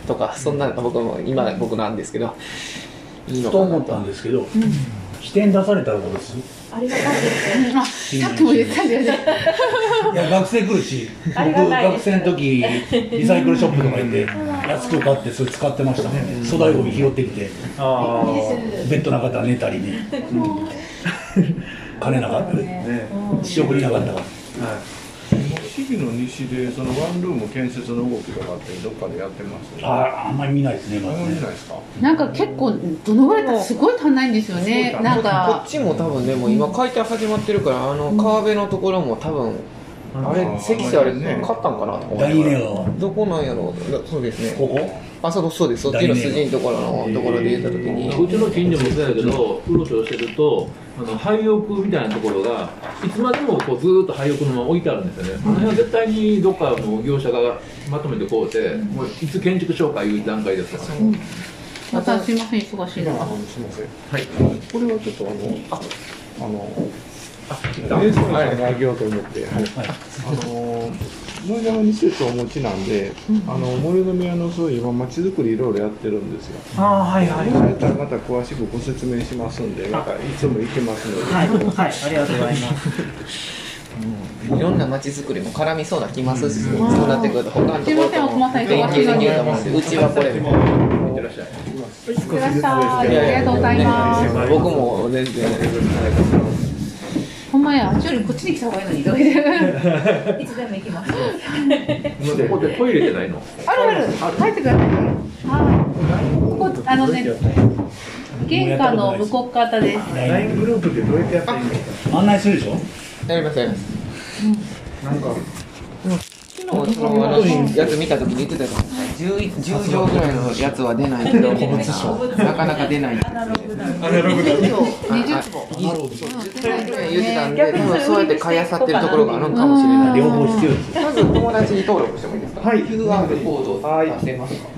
[SPEAKER 2] とかそんなのが僕も今僕なんですけどいいの
[SPEAKER 3] と
[SPEAKER 2] かな
[SPEAKER 3] 思ったんですけど起点出されたらどうです
[SPEAKER 10] ありがたいですね。
[SPEAKER 1] あさっきも言ったんだよ ね
[SPEAKER 3] いや学生来るし
[SPEAKER 10] あり
[SPEAKER 3] 僕
[SPEAKER 10] がたいで
[SPEAKER 3] 学
[SPEAKER 10] す
[SPEAKER 3] 生の時リサイクルショップとか行って安く買ってそれ使ってましたね粗大ごみ拾ってきて
[SPEAKER 9] あ
[SPEAKER 3] ベッドなかったら寝たりね金なかった
[SPEAKER 9] あ
[SPEAKER 3] り
[SPEAKER 9] ね
[SPEAKER 3] 仕送りなかったから
[SPEAKER 5] 日々の西でそのワンルーム建設の動きとかってどっかでやってます
[SPEAKER 3] あーあんまり見ないですねま
[SPEAKER 5] あ
[SPEAKER 3] ず
[SPEAKER 5] んまり見
[SPEAKER 3] ね
[SPEAKER 5] ないですか
[SPEAKER 1] なんか結構どのぐらいだったらすごい足んないんですよねなん
[SPEAKER 2] こ
[SPEAKER 1] か
[SPEAKER 2] っちも多分ねもう今解体始まってるからあの川辺のところも多分あれ
[SPEAKER 5] うん
[SPEAKER 2] 関所あれ
[SPEAKER 5] うん
[SPEAKER 2] 買ったんかなと思
[SPEAKER 3] 大名
[SPEAKER 2] って
[SPEAKER 3] は
[SPEAKER 2] どこなんやろうそうですね
[SPEAKER 3] ここ
[SPEAKER 2] あそうそうですそっちの筋のところのところで言った時
[SPEAKER 6] う
[SPEAKER 2] に
[SPEAKER 6] ちの近所もそうやけど、うろちょろしてると、あの廃屋みたいなところが、いつまでもこうずーっと廃屋のまま置いてあるんですよね、あの辺は絶対にどっかもう業者がまとめてこうて、もういつ建築紹介いう段階ですからね、
[SPEAKER 1] またすいません忙しいな
[SPEAKER 5] あのすみませんこれはちょっとあのあの冷蔵庫さんにあげようと思って、はいあの森山に施設をお持ちなんで、あの森の宮のそういう今まちづくりいろいろやってるんですよ。
[SPEAKER 4] ああはいは
[SPEAKER 5] はいい、またまた詳しくご説明しますんで、またいつも行けますので。
[SPEAKER 4] はい、はい、ありがとうございます。
[SPEAKER 2] いろんな街づくりも絡みそうな気ますしそうなってくると他のところ
[SPEAKER 1] すいません
[SPEAKER 2] と
[SPEAKER 1] 奥間
[SPEAKER 2] も
[SPEAKER 1] さん
[SPEAKER 2] 勉強できると思うんでうちはこれ
[SPEAKER 6] いってらっしゃい。
[SPEAKER 1] いってらっしゃいありがとうございます
[SPEAKER 2] ね僕も全然
[SPEAKER 1] ほんまやあっちよりこっちに来た方がいいのにとか言って
[SPEAKER 10] いつでも行きます。
[SPEAKER 6] ここでトイレじゃないの
[SPEAKER 1] あるある帰ってくださいはいここあのね、玄関の向こう方です。
[SPEAKER 7] LINE グループでどうやってやったらいいんですか案内するでしょ
[SPEAKER 2] やりますやります
[SPEAKER 7] なんか
[SPEAKER 2] 昨日そのあのやつ見た時に言ってたじゃないですか10畳ぐらいのやつは出ないけどみたいななかなか出ない
[SPEAKER 10] アナログな
[SPEAKER 2] 20坪言ってたんで、多分そうやって買いあさってるところがあるのかもしれない。。
[SPEAKER 3] 両方必要です
[SPEAKER 2] まず友達に登録してもいいですか。はい。QR コードを出せますか。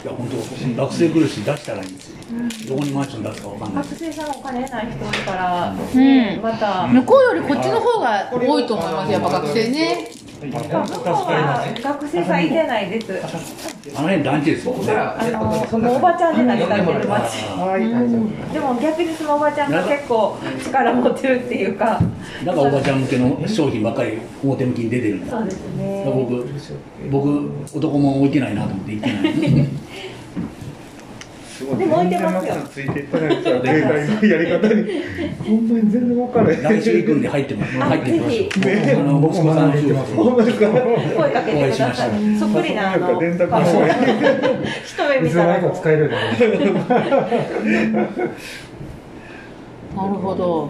[SPEAKER 3] いや本当学生苦しい出したらいいんですよ、どこにマンション出すかわかんない
[SPEAKER 10] 学生さんお金ない人多いから、
[SPEAKER 1] うん
[SPEAKER 10] また、
[SPEAKER 1] 向こうよりこっちの方が多いと思います、やっぱ学生ね。
[SPEAKER 10] 向こうは学生さんいてないです。
[SPEAKER 3] あの辺団地ですよここで
[SPEAKER 10] あのもうおばちゃんで成り立ってる町。でも逆にそのおばちゃんが結構力持ってるっていうか。
[SPEAKER 3] だからおばちゃん向けの商品ばっかり表向きに出てるんだ
[SPEAKER 10] そうです
[SPEAKER 3] だ
[SPEAKER 10] ね
[SPEAKER 3] から。僕僕男も置いてないなと思って行ってない
[SPEAKER 10] でも置いてますよ。
[SPEAKER 5] ついていったやつは例外のやり方にほんまに全然分からへん
[SPEAKER 3] 来週行くんで入っても
[SPEAKER 10] あ
[SPEAKER 3] 入ってきま
[SPEAKER 10] ぜひ
[SPEAKER 3] すあの息子さんの夫婦
[SPEAKER 5] ほんまですか
[SPEAKER 10] 声かけてください。そっくりな
[SPEAKER 5] な
[SPEAKER 10] あ
[SPEAKER 5] ん
[SPEAKER 10] の
[SPEAKER 5] か電卓の方がいい
[SPEAKER 10] 一目見
[SPEAKER 7] 水
[SPEAKER 10] た
[SPEAKER 7] の
[SPEAKER 10] ら
[SPEAKER 7] 中使えるよね
[SPEAKER 1] なるほど。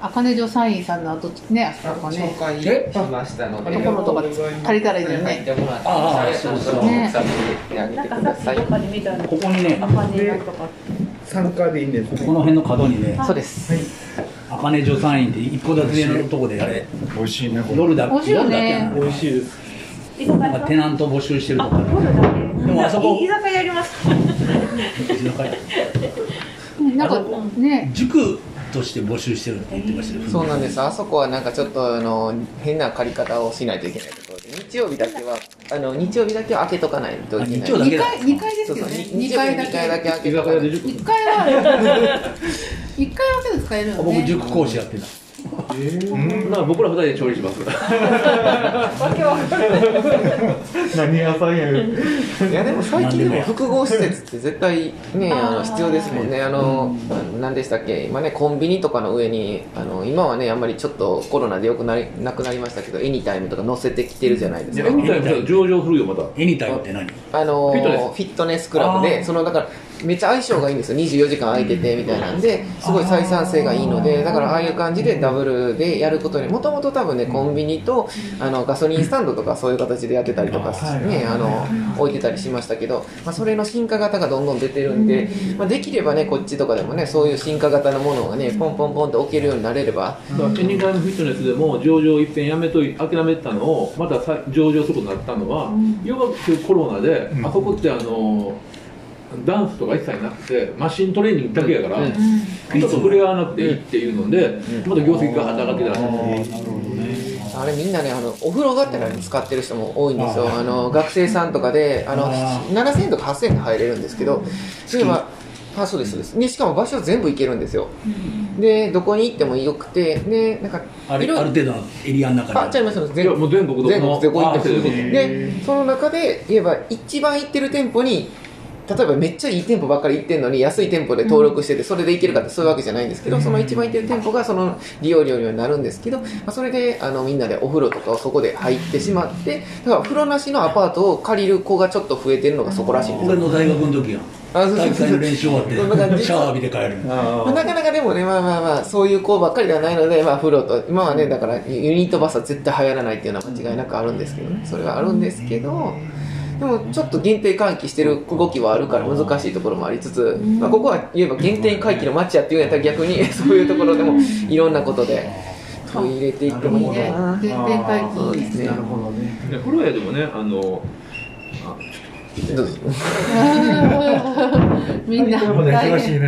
[SPEAKER 1] 茜女三位さんの後ね、あそこね
[SPEAKER 2] 紹。介しましたので、
[SPEAKER 1] ところとか借りたらいいのよ
[SPEAKER 2] 入っ
[SPEAKER 1] ね。
[SPEAKER 2] てもらって、
[SPEAKER 3] ああ
[SPEAKER 2] そうそう
[SPEAKER 1] ね
[SPEAKER 2] 探してあげ
[SPEAKER 10] なん
[SPEAKER 2] て
[SPEAKER 10] か
[SPEAKER 2] く
[SPEAKER 10] さ
[SPEAKER 2] だ
[SPEAKER 10] っき
[SPEAKER 2] さい
[SPEAKER 10] と。かで見たの。
[SPEAKER 3] ここにね
[SPEAKER 10] あかねなんとか。
[SPEAKER 5] 参加でいいんです
[SPEAKER 3] この辺の角にね
[SPEAKER 2] そうです。
[SPEAKER 3] 茜助産院って一戸建てのとこであれ
[SPEAKER 9] 美味しいねこれ
[SPEAKER 3] 夜だ
[SPEAKER 1] 美味しいよ
[SPEAKER 3] 夜だけ
[SPEAKER 1] ね
[SPEAKER 3] なの
[SPEAKER 5] 美味しいです
[SPEAKER 10] 居酒
[SPEAKER 3] なん
[SPEAKER 10] 屋
[SPEAKER 3] かテナント募集してると
[SPEAKER 10] あ、
[SPEAKER 3] か
[SPEAKER 10] 夜だね。
[SPEAKER 3] でもあそこ
[SPEAKER 10] い居酒屋やります。
[SPEAKER 3] うちの会
[SPEAKER 1] なんかね、
[SPEAKER 3] 塾として募集してるって言ってましたよ
[SPEAKER 2] そうなんです。あそこはなんかちょっとあの変な借り方をしないといけないところで、日曜日だけはあの日曜日だけは開けとかないといけな
[SPEAKER 3] あ
[SPEAKER 2] い。
[SPEAKER 3] 日曜だけ
[SPEAKER 1] 二階二階で
[SPEAKER 2] そう
[SPEAKER 1] すよ
[SPEAKER 2] そう。
[SPEAKER 1] ね。二
[SPEAKER 2] に日曜日
[SPEAKER 1] 階
[SPEAKER 2] に
[SPEAKER 1] だ
[SPEAKER 2] 二回だけ
[SPEAKER 1] け。
[SPEAKER 2] 開け
[SPEAKER 6] 居
[SPEAKER 2] と
[SPEAKER 6] 酒
[SPEAKER 2] かな
[SPEAKER 6] 屋
[SPEAKER 2] いと。
[SPEAKER 6] で塾
[SPEAKER 1] 一階は一階はけど使えるよ
[SPEAKER 3] 僕
[SPEAKER 1] ね。
[SPEAKER 3] 塾講師やってた
[SPEAKER 6] なんか僕ら二人で調理します
[SPEAKER 10] わけわかんない。
[SPEAKER 9] 何屋さんやよ
[SPEAKER 2] いやでも最近でも複合施設って絶対ねあの必要ですもんねあのあの何でしたっけ今ねコンビニとかの上にあの今はねあんまりちょっとコロナでよくなりなくなりましたけどエニタイムとか載せてきてるじゃないですか
[SPEAKER 6] エニタイム上場するよまた
[SPEAKER 3] エニタイムって何
[SPEAKER 2] あの
[SPEAKER 6] フィットネ
[SPEAKER 2] ー
[SPEAKER 6] ス
[SPEAKER 2] フィットネスクラブでそのだからめっちゃ相性がいいんですよ24時間空いててみたいなんですごい採算性がいいのでだからああいう感じでダブルでやることにもともと多分ねコンビニとあのガソリンスタンドとかそういう形でやってたりとかねあの置いてたりしましたけど、まあ、それの進化型がどんどん出てるんで、まあ、できればねこっちとかでもねそういう進化型のものがねポンポンポンって置けるようになれれば
[SPEAKER 6] だからエニタイムフィットネスでも上場一遍やめとい諦めてたのをまた再上場することになったのは、要はコロナで、あそこってあのダンスとか一切なくてマシントレーニングだけやから、
[SPEAKER 2] うん
[SPEAKER 6] 人と触れ合わなくていいっていうので、また業績が働けたらしいんですよ
[SPEAKER 2] あれみんなねあのお風呂がてらに使ってる人も多いんですよあの学生さんとかであの
[SPEAKER 3] あ
[SPEAKER 2] 7000円とか8000円で入れるんですけどそれはあそうですそうですでしかも場所全部行けるんですよでどこに行ってもよくてでなんか
[SPEAKER 3] あ
[SPEAKER 2] い
[SPEAKER 3] れ
[SPEAKER 2] ろい
[SPEAKER 3] あ
[SPEAKER 2] ろ
[SPEAKER 3] る程度のエリアの中
[SPEAKER 2] あ
[SPEAKER 3] に
[SPEAKER 2] ちゃいますよ
[SPEAKER 6] いやもう全国どこ
[SPEAKER 2] 全国どこ行っても
[SPEAKER 6] あそういうこ
[SPEAKER 2] でその中で言えば一番行ってる店舗に例えばめっちゃいい店舗ばっかり行ってるのに安い店舗で登録しててそれで行けるかってそういうわけじゃないんですけどその一番行ってる店舗がその利用料になるんですけどまあそれであのみんなでお風呂とかをそこで入ってしまってだから風呂なしのアパートを借りる子がちょっと増えてるのがそこらしいんです
[SPEAKER 3] 俺
[SPEAKER 2] よ
[SPEAKER 3] の大学の時やん
[SPEAKER 2] あそうそう
[SPEAKER 3] 体育会の練習終わって
[SPEAKER 2] そんな感じ
[SPEAKER 3] シャワー浴びて帰る
[SPEAKER 2] まあなかなかでもね、まあまあまあ、そういう子ばっかりではないので、まあ、風呂と、今はね、だからユニットバスは絶対流行らないっていうのは間違いなくあるんですけどね、それはあるんですけど、でもちょっと限定喚起してる動きはあるから難しいところもありつつ、まあ、ここは言えば限定回帰の街やっていうんやったら逆にそういうところでもいろんなことで取り入れていってもいい
[SPEAKER 1] ね
[SPEAKER 2] な。
[SPEAKER 1] 全然回
[SPEAKER 2] そう
[SPEAKER 1] 帰
[SPEAKER 2] で。すね。
[SPEAKER 9] ほどね
[SPEAKER 6] とでフロアでもねあの
[SPEAKER 2] どうぞ
[SPEAKER 1] みんな大
[SPEAKER 7] 忙しい
[SPEAKER 1] 変。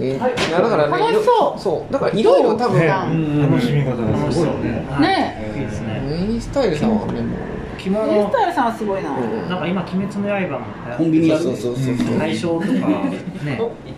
[SPEAKER 7] ね
[SPEAKER 2] いやだからね、いろ
[SPEAKER 1] 楽しそう
[SPEAKER 2] そう、だからいろいろ多分、
[SPEAKER 7] 楽しみ方がすごいね
[SPEAKER 1] ね
[SPEAKER 4] いいですね
[SPEAKER 2] メインスタイルさんはね、も
[SPEAKER 4] 着
[SPEAKER 1] え、ユー
[SPEAKER 4] 物
[SPEAKER 1] スタイルさんはすごいな。
[SPEAKER 2] ううん
[SPEAKER 4] なんか今「鬼滅の刃」も流行って
[SPEAKER 3] コンビニやる
[SPEAKER 2] そうそうそうそう。
[SPEAKER 4] 大正とかね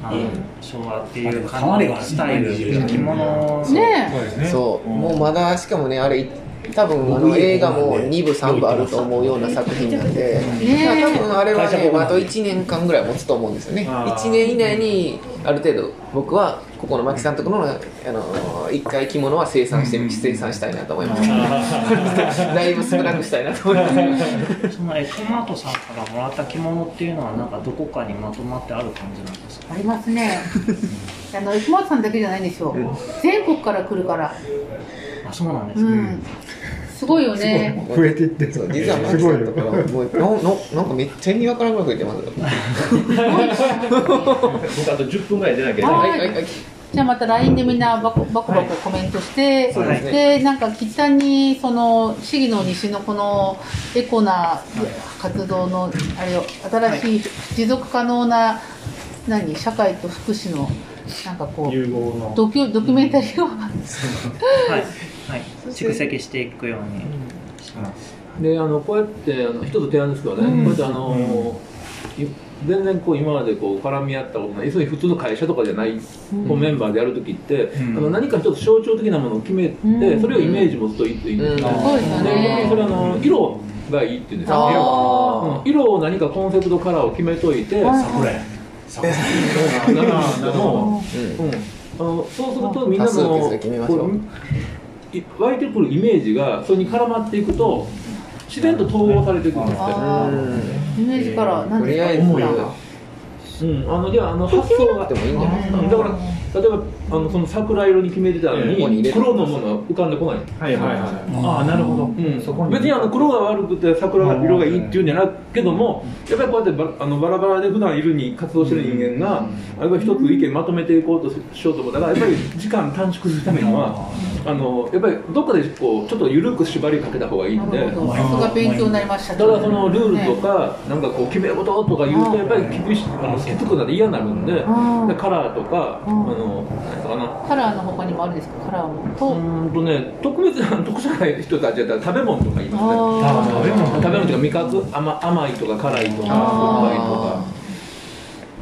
[SPEAKER 4] あの昭和っていう
[SPEAKER 3] あれ変われば
[SPEAKER 4] スタイル着物
[SPEAKER 1] ね
[SPEAKER 2] そう、もうまだしかもねあれ多分あ
[SPEAKER 3] 僕
[SPEAKER 2] の映画
[SPEAKER 3] ここ
[SPEAKER 2] も
[SPEAKER 3] なんで
[SPEAKER 2] 2部3部あると思うような作品なんで、
[SPEAKER 1] ね
[SPEAKER 2] 多分あれは
[SPEAKER 3] 会社
[SPEAKER 2] ね
[SPEAKER 3] ここなんで
[SPEAKER 2] あと1年間ぐらい持つと思うんですよね1年以内にある程度僕はここの牧さんところの、あの、一回着物は生産して、生産したいなと思います。 だいぶ少なくしたいなと思います。
[SPEAKER 4] そのエコマートさんからもらった着物っていうのはなんかどこかにまとまってある感じなんですか
[SPEAKER 1] ありますねあの生駒さんだけじゃないんですよ全国から来るから
[SPEAKER 4] あそうなんで
[SPEAKER 1] う
[SPEAKER 4] すね、
[SPEAKER 1] んすごいよね
[SPEAKER 2] 増えていってる。実はマキさんとかはもうなななんかめっちゃにわからんぐらい増えてますよ。
[SPEAKER 8] 僕あと10分ぐらい出なきゃいけない。
[SPEAKER 2] は
[SPEAKER 1] はいい
[SPEAKER 2] はいはい。
[SPEAKER 1] じゃあまた LINE でみんなバコバコバココメントして、
[SPEAKER 2] そうですね
[SPEAKER 1] でなんか吉さんにその市議の西のこのエコな活動のあれを新しい持続可能な何社会と福祉のなんかこう
[SPEAKER 9] 融合の
[SPEAKER 1] ドキュドキュメンタリーを
[SPEAKER 4] はい、はい、蓄積していくようにします
[SPEAKER 6] であのこうやってあの一つ提案ですけどね、
[SPEAKER 1] うん
[SPEAKER 6] こうやってあの、い全然こう今までこう絡み合ったことない要するに普通の会社とかじゃない、こうメンバーでやるときって、あの何か一つ象徴的なものを決めて、
[SPEAKER 1] うん
[SPEAKER 6] それをイメージ持つといいっていいんですよ、
[SPEAKER 2] うん
[SPEAKER 1] そうですよ
[SPEAKER 6] で
[SPEAKER 1] ね
[SPEAKER 6] それあの色がいいって言うんですよ
[SPEAKER 1] あ
[SPEAKER 6] うん色を何かコンセプトカラーを決めといて、
[SPEAKER 1] はい
[SPEAKER 3] これ
[SPEAKER 6] なるんですけども
[SPEAKER 2] うん
[SPEAKER 6] うんあのそうするとみんな
[SPEAKER 2] 多数決
[SPEAKER 6] の
[SPEAKER 2] で決めましょう
[SPEAKER 6] こうい湧いてくるイメージがそれに絡まっていくと自然と統合されていくんですよ。
[SPEAKER 1] あ
[SPEAKER 2] うん
[SPEAKER 1] ーイメージから何
[SPEAKER 2] とり
[SPEAKER 1] で
[SPEAKER 2] あえ
[SPEAKER 1] す
[SPEAKER 2] ず
[SPEAKER 1] か
[SPEAKER 6] うん、あのじゃああの発想が
[SPEAKER 2] でもいいんじゃないですか。
[SPEAKER 6] だから例えばあのその桜色に決めてたの
[SPEAKER 2] ここに入れ
[SPEAKER 6] に
[SPEAKER 2] た
[SPEAKER 6] 黒のものは浮かんでこない。
[SPEAKER 9] はいはいはい
[SPEAKER 3] ああなるほど
[SPEAKER 6] うん、別にあの黒が悪くて桜が色がいいっていうんじゃなくけどもやっぱりこうやってばあのバラバラで普段いるに活動してる人間がやっぱり一つ意見まとめていこうとししようと思ったらやっぱり時間短縮するためにはあのやっぱりどっかでこうちょっと緩く縛りかけた方がいいんで
[SPEAKER 1] なる
[SPEAKER 6] だ
[SPEAKER 1] ほどさすが勉強になりました
[SPEAKER 6] からそのルールと
[SPEAKER 1] ね
[SPEAKER 6] かなんかこう決め事とか言うとやっぱり厳しあのしつこくなって嫌になるんでで
[SPEAKER 1] あー
[SPEAKER 6] カラーとかあのなんですかあの
[SPEAKER 1] カラーの他にもあるんですかカラーも
[SPEAKER 6] う
[SPEAKER 1] と、
[SPEAKER 6] ーんとね、特別な 特殊な人たちだったら食べ物とか言いますね。
[SPEAKER 1] あー
[SPEAKER 3] 食べ物
[SPEAKER 6] 食べ物とか味覚甘甘いとか辛いとか
[SPEAKER 1] あー
[SPEAKER 6] 酸っぱいとか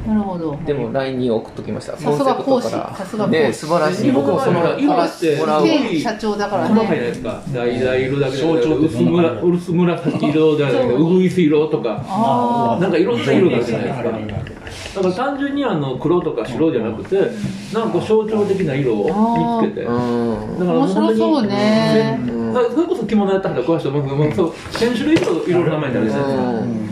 [SPEAKER 1] なるほど
[SPEAKER 2] でも LINE に送っときました。
[SPEAKER 1] さすが講師
[SPEAKER 2] コンセプトから
[SPEAKER 1] さすが講師
[SPEAKER 2] ね素晴らしい。
[SPEAKER 6] で
[SPEAKER 2] 僕もその
[SPEAKER 6] 色々って
[SPEAKER 2] もらうわ。
[SPEAKER 6] ね
[SPEAKER 1] 現社長だから
[SPEAKER 6] 細かいじゃない
[SPEAKER 1] ね
[SPEAKER 6] ですか橙色だけじゃなくて
[SPEAKER 8] 象徴って
[SPEAKER 6] 薄むら薄紫色だけじゃなくてうぐいす色とか
[SPEAKER 1] あ
[SPEAKER 6] なんかいろんな色があるじゃない
[SPEAKER 3] あ
[SPEAKER 6] ですかだから単純にあの黒とか白じゃなくてなんかこう象徴的な色を見つけてだ
[SPEAKER 2] う
[SPEAKER 6] から
[SPEAKER 2] ん。
[SPEAKER 6] もう本当に
[SPEAKER 1] 面白そうね
[SPEAKER 2] うん
[SPEAKER 6] ねそれこそ着物やったら詳しいと思うんですけどもうそう1000種類以上色の名前ってあるじゃないですか
[SPEAKER 2] うん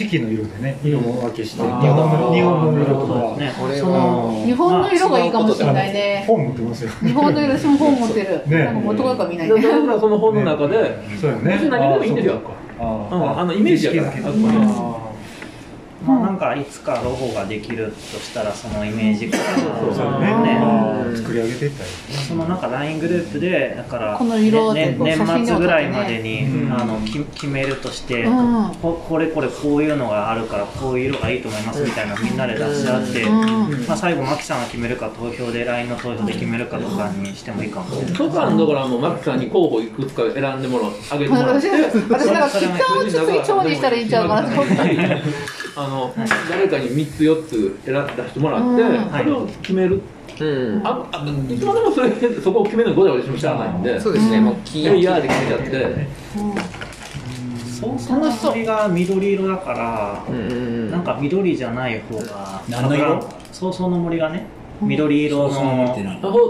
[SPEAKER 7] 四季の色でね色も分けして日本
[SPEAKER 2] ー
[SPEAKER 7] の日本の色とか
[SPEAKER 4] ね
[SPEAKER 2] これ
[SPEAKER 4] その
[SPEAKER 1] ー日本の色がいいかもしれないね
[SPEAKER 7] 本持ってますよ
[SPEAKER 1] 日本の色私も本持ってる、
[SPEAKER 7] ね
[SPEAKER 1] なんか元がよくは見ない
[SPEAKER 6] だ
[SPEAKER 1] ね
[SPEAKER 6] からその本の中で
[SPEAKER 7] そうよね
[SPEAKER 6] 別に何でもいいんですよ
[SPEAKER 7] あ
[SPEAKER 6] うんあのイメージやからあくまで
[SPEAKER 4] まあなんかいつかロゴができるとしたらそのイメージから
[SPEAKER 7] そう
[SPEAKER 4] ね
[SPEAKER 7] ね作り上げていったり
[SPEAKER 4] そのなんか LINE グループでだから、
[SPEAKER 1] この色を
[SPEAKER 4] ね
[SPEAKER 1] 全部
[SPEAKER 4] ね
[SPEAKER 1] 写真
[SPEAKER 4] 年
[SPEAKER 1] に撮っ
[SPEAKER 4] 末
[SPEAKER 1] てね
[SPEAKER 4] ぐらいまでに、あのき決めるとして、
[SPEAKER 1] うん
[SPEAKER 4] ここれこれこういうのがあるからこういう色がいいと思いますみたいなみんなで出し合って、
[SPEAKER 1] うん
[SPEAKER 4] まあ、最後マキさんが決めるか投票で LINE の投票で決めるかとかにしてもいいかもしれない。
[SPEAKER 6] とかだからもうマキさんに候補いくつか選んでもらうあげてもらっ
[SPEAKER 1] 私
[SPEAKER 6] て
[SPEAKER 1] 私 なんか吉さんを次長にしたらいいんちゃうかなと思って
[SPEAKER 6] あの誰かに3つ4つ選んで出してもらって、
[SPEAKER 1] うん
[SPEAKER 6] それを決める
[SPEAKER 2] うん。
[SPEAKER 6] ああいつまでもそれそこを決めるのごだごだしてもしゃあないんで
[SPEAKER 2] そうですね。もう
[SPEAKER 6] い
[SPEAKER 2] キ
[SPEAKER 6] やい
[SPEAKER 2] ー
[SPEAKER 6] やで決めちゃって
[SPEAKER 4] そうその鳥が緑色だから、
[SPEAKER 2] うんうんうん。
[SPEAKER 4] なんか緑じゃない方が
[SPEAKER 3] 何の色
[SPEAKER 4] そうそうの森がね緑色の
[SPEAKER 6] そう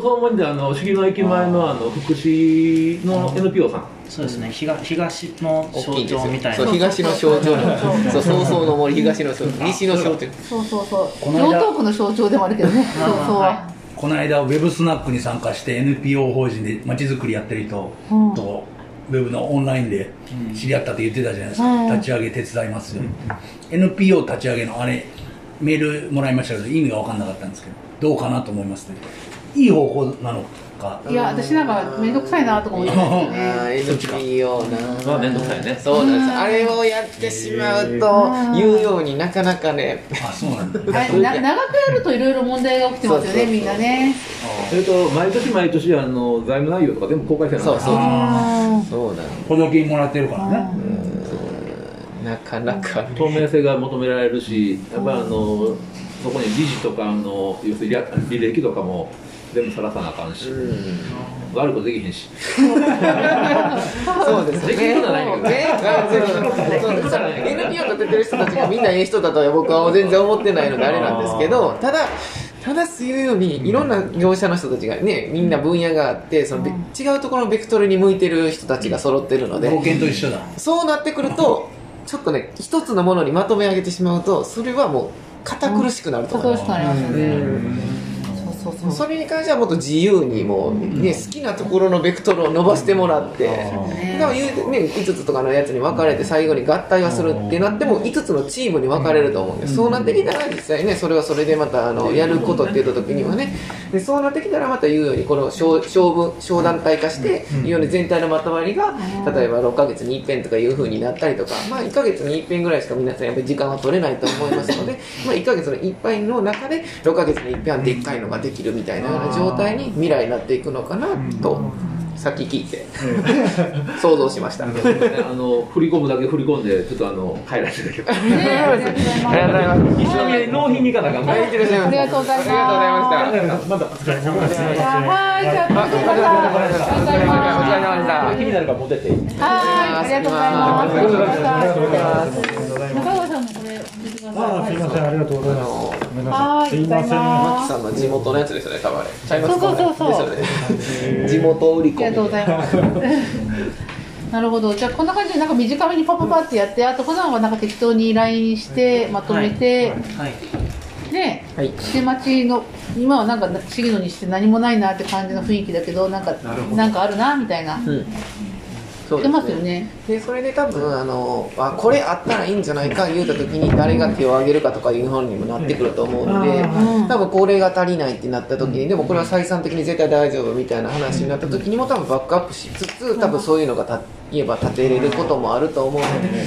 [SPEAKER 6] そう思うんであの杉の駅前のあの福祉の NPO さん
[SPEAKER 4] そうですね東東の
[SPEAKER 2] 大
[SPEAKER 4] 象
[SPEAKER 2] きいんです
[SPEAKER 4] 徴
[SPEAKER 2] よ
[SPEAKER 4] みたい
[SPEAKER 2] そう
[SPEAKER 4] な
[SPEAKER 2] 東の象徴のそうそうそうの森東の象徴西の象徴
[SPEAKER 1] そうそうそう
[SPEAKER 3] この間
[SPEAKER 1] 上東区の象徴でもあるけどね
[SPEAKER 4] まあ
[SPEAKER 1] そう
[SPEAKER 4] まあ
[SPEAKER 1] そう
[SPEAKER 4] はい
[SPEAKER 1] は
[SPEAKER 3] この間ウェブスナックに参加して NPO 法人でまちづくりやってる人
[SPEAKER 1] うん
[SPEAKER 3] とウェブのオンラインで知り合ったって言ってたじゃないですか、
[SPEAKER 1] うん
[SPEAKER 3] 立ち上げ手伝いますよ、NPO 立ち上げのあれメールもらいましたけど意味が分かんなかったんですけどどうかなと思いますねいい方法なのか
[SPEAKER 1] いいや私なんか面倒くさいなとか思いますよね
[SPEAKER 2] あー NPO な
[SPEAKER 6] まあ面倒くさいね
[SPEAKER 2] そうなんですあれをやってしまうと言うようになかなかね
[SPEAKER 3] あそうなんだ
[SPEAKER 1] あれな長くやるといろいろ問題が起きてますよ
[SPEAKER 2] そうそう
[SPEAKER 1] ね
[SPEAKER 2] そう
[SPEAKER 1] みんなね
[SPEAKER 6] それと毎年毎年あの財務内容とか全部公開せなあか
[SPEAKER 2] そう
[SPEAKER 6] ん
[SPEAKER 2] そう
[SPEAKER 1] あ
[SPEAKER 2] そうなんで
[SPEAKER 3] 補助金もらってるからね
[SPEAKER 2] すなかなか
[SPEAKER 6] 透明性が求められるし、やっぱりあのそこに理事とかあの要するに履履歴とかも全部さらさなあかんし、悪いことできへんし、
[SPEAKER 2] そうですね
[SPEAKER 6] できることはないんだ
[SPEAKER 2] ねそうです NPO 立ててる人たちがみんなええ人だとは僕は全然思ってないのであれなんですけどただただそういうようにいろんな業者の人たちがねみんな分野があってそのべ違うところのベクトルに向いてる人たちが揃ってるので
[SPEAKER 3] 冒険と一緒だ
[SPEAKER 2] そうなってくるとちょっとね一つのものにまとめ上げてしまうとそれはもう堅苦しくなると思います、
[SPEAKER 1] うん堅苦しくなりますよね
[SPEAKER 2] そうそうそれに関してはもっと自由にもう、ね好きなところのベクトルを伸ばしてもらって、だから言うてね、5つとかのやつに分かれて最後に合体はするってなっても5つのチームに分かれると思うんで、そうなってきたら実際ねそれはそれでまたあのやることって言った時にはねでそうなってきたらまた言うようにこの小小分小団体化して、言うように全体のまとまりが例えば6ヶ月に1遍とかいうふうになったりとか、まあ、1ヶ月に1遍ぐらいしか皆さんやっぱり時間は取れないと思いますので、まあ、1ヶ月のいっぱいの中で6ヶ月に1遍はでっかいのができるみたいなような状態に未来になっていくのかなと。さっき聞いて、想像しました。
[SPEAKER 6] あの振り込むだけ振り込んでちょっとあの入らせてだけど。
[SPEAKER 2] ありがとうございます。
[SPEAKER 6] 一宮に納品に行かなあかんから。
[SPEAKER 2] はい行ってらっしゃいませ
[SPEAKER 1] ありがとうございます
[SPEAKER 2] ありがとうございました。
[SPEAKER 5] まだお疲れ様です。
[SPEAKER 1] はい、じゃあ、
[SPEAKER 2] あお疲れ様でした。お疲れ様でした。
[SPEAKER 5] 気になるから持ってっていい
[SPEAKER 1] はい、ありがとうございます。
[SPEAKER 5] ありがとうございます
[SPEAKER 1] 中川さんもこれ、見てくだ
[SPEAKER 7] あ
[SPEAKER 1] さい
[SPEAKER 7] あ、すみ。ません、ありがとうございます。ごめんな
[SPEAKER 1] はい、
[SPEAKER 7] さい。すみませ
[SPEAKER 1] あ
[SPEAKER 7] ん。
[SPEAKER 2] さんの地元のやつですよね、多分あれ。ちゃいます
[SPEAKER 1] そうそうそうそう
[SPEAKER 2] ですよね。地元売り
[SPEAKER 1] りがとう
[SPEAKER 2] 込
[SPEAKER 1] ございます。なるほど。じゃあこんな感じでなんか短めにパパパってやって、あと普段はなんか適当に LINE してまとめて、
[SPEAKER 4] はい
[SPEAKER 1] ね、
[SPEAKER 2] はい
[SPEAKER 1] 下町の今はなんか重野にして何もないなって感じの雰囲気だけど、なんかな
[SPEAKER 4] るほど
[SPEAKER 1] んかあるなみたいな。
[SPEAKER 2] み。うん。そ
[SPEAKER 1] してますよ。ね。
[SPEAKER 2] でそれで多分あのあこれあったらいいんじゃないか言うた時に誰が手を挙げるかとかいう本にもなってくると思うので、
[SPEAKER 1] うん
[SPEAKER 2] 多分これが足りないってなった時にでもこれは採算的に絶対大丈夫みたいな話になった時にも多分バックアップしつつ多分そういうのがた言えば立てれることもあると思うので、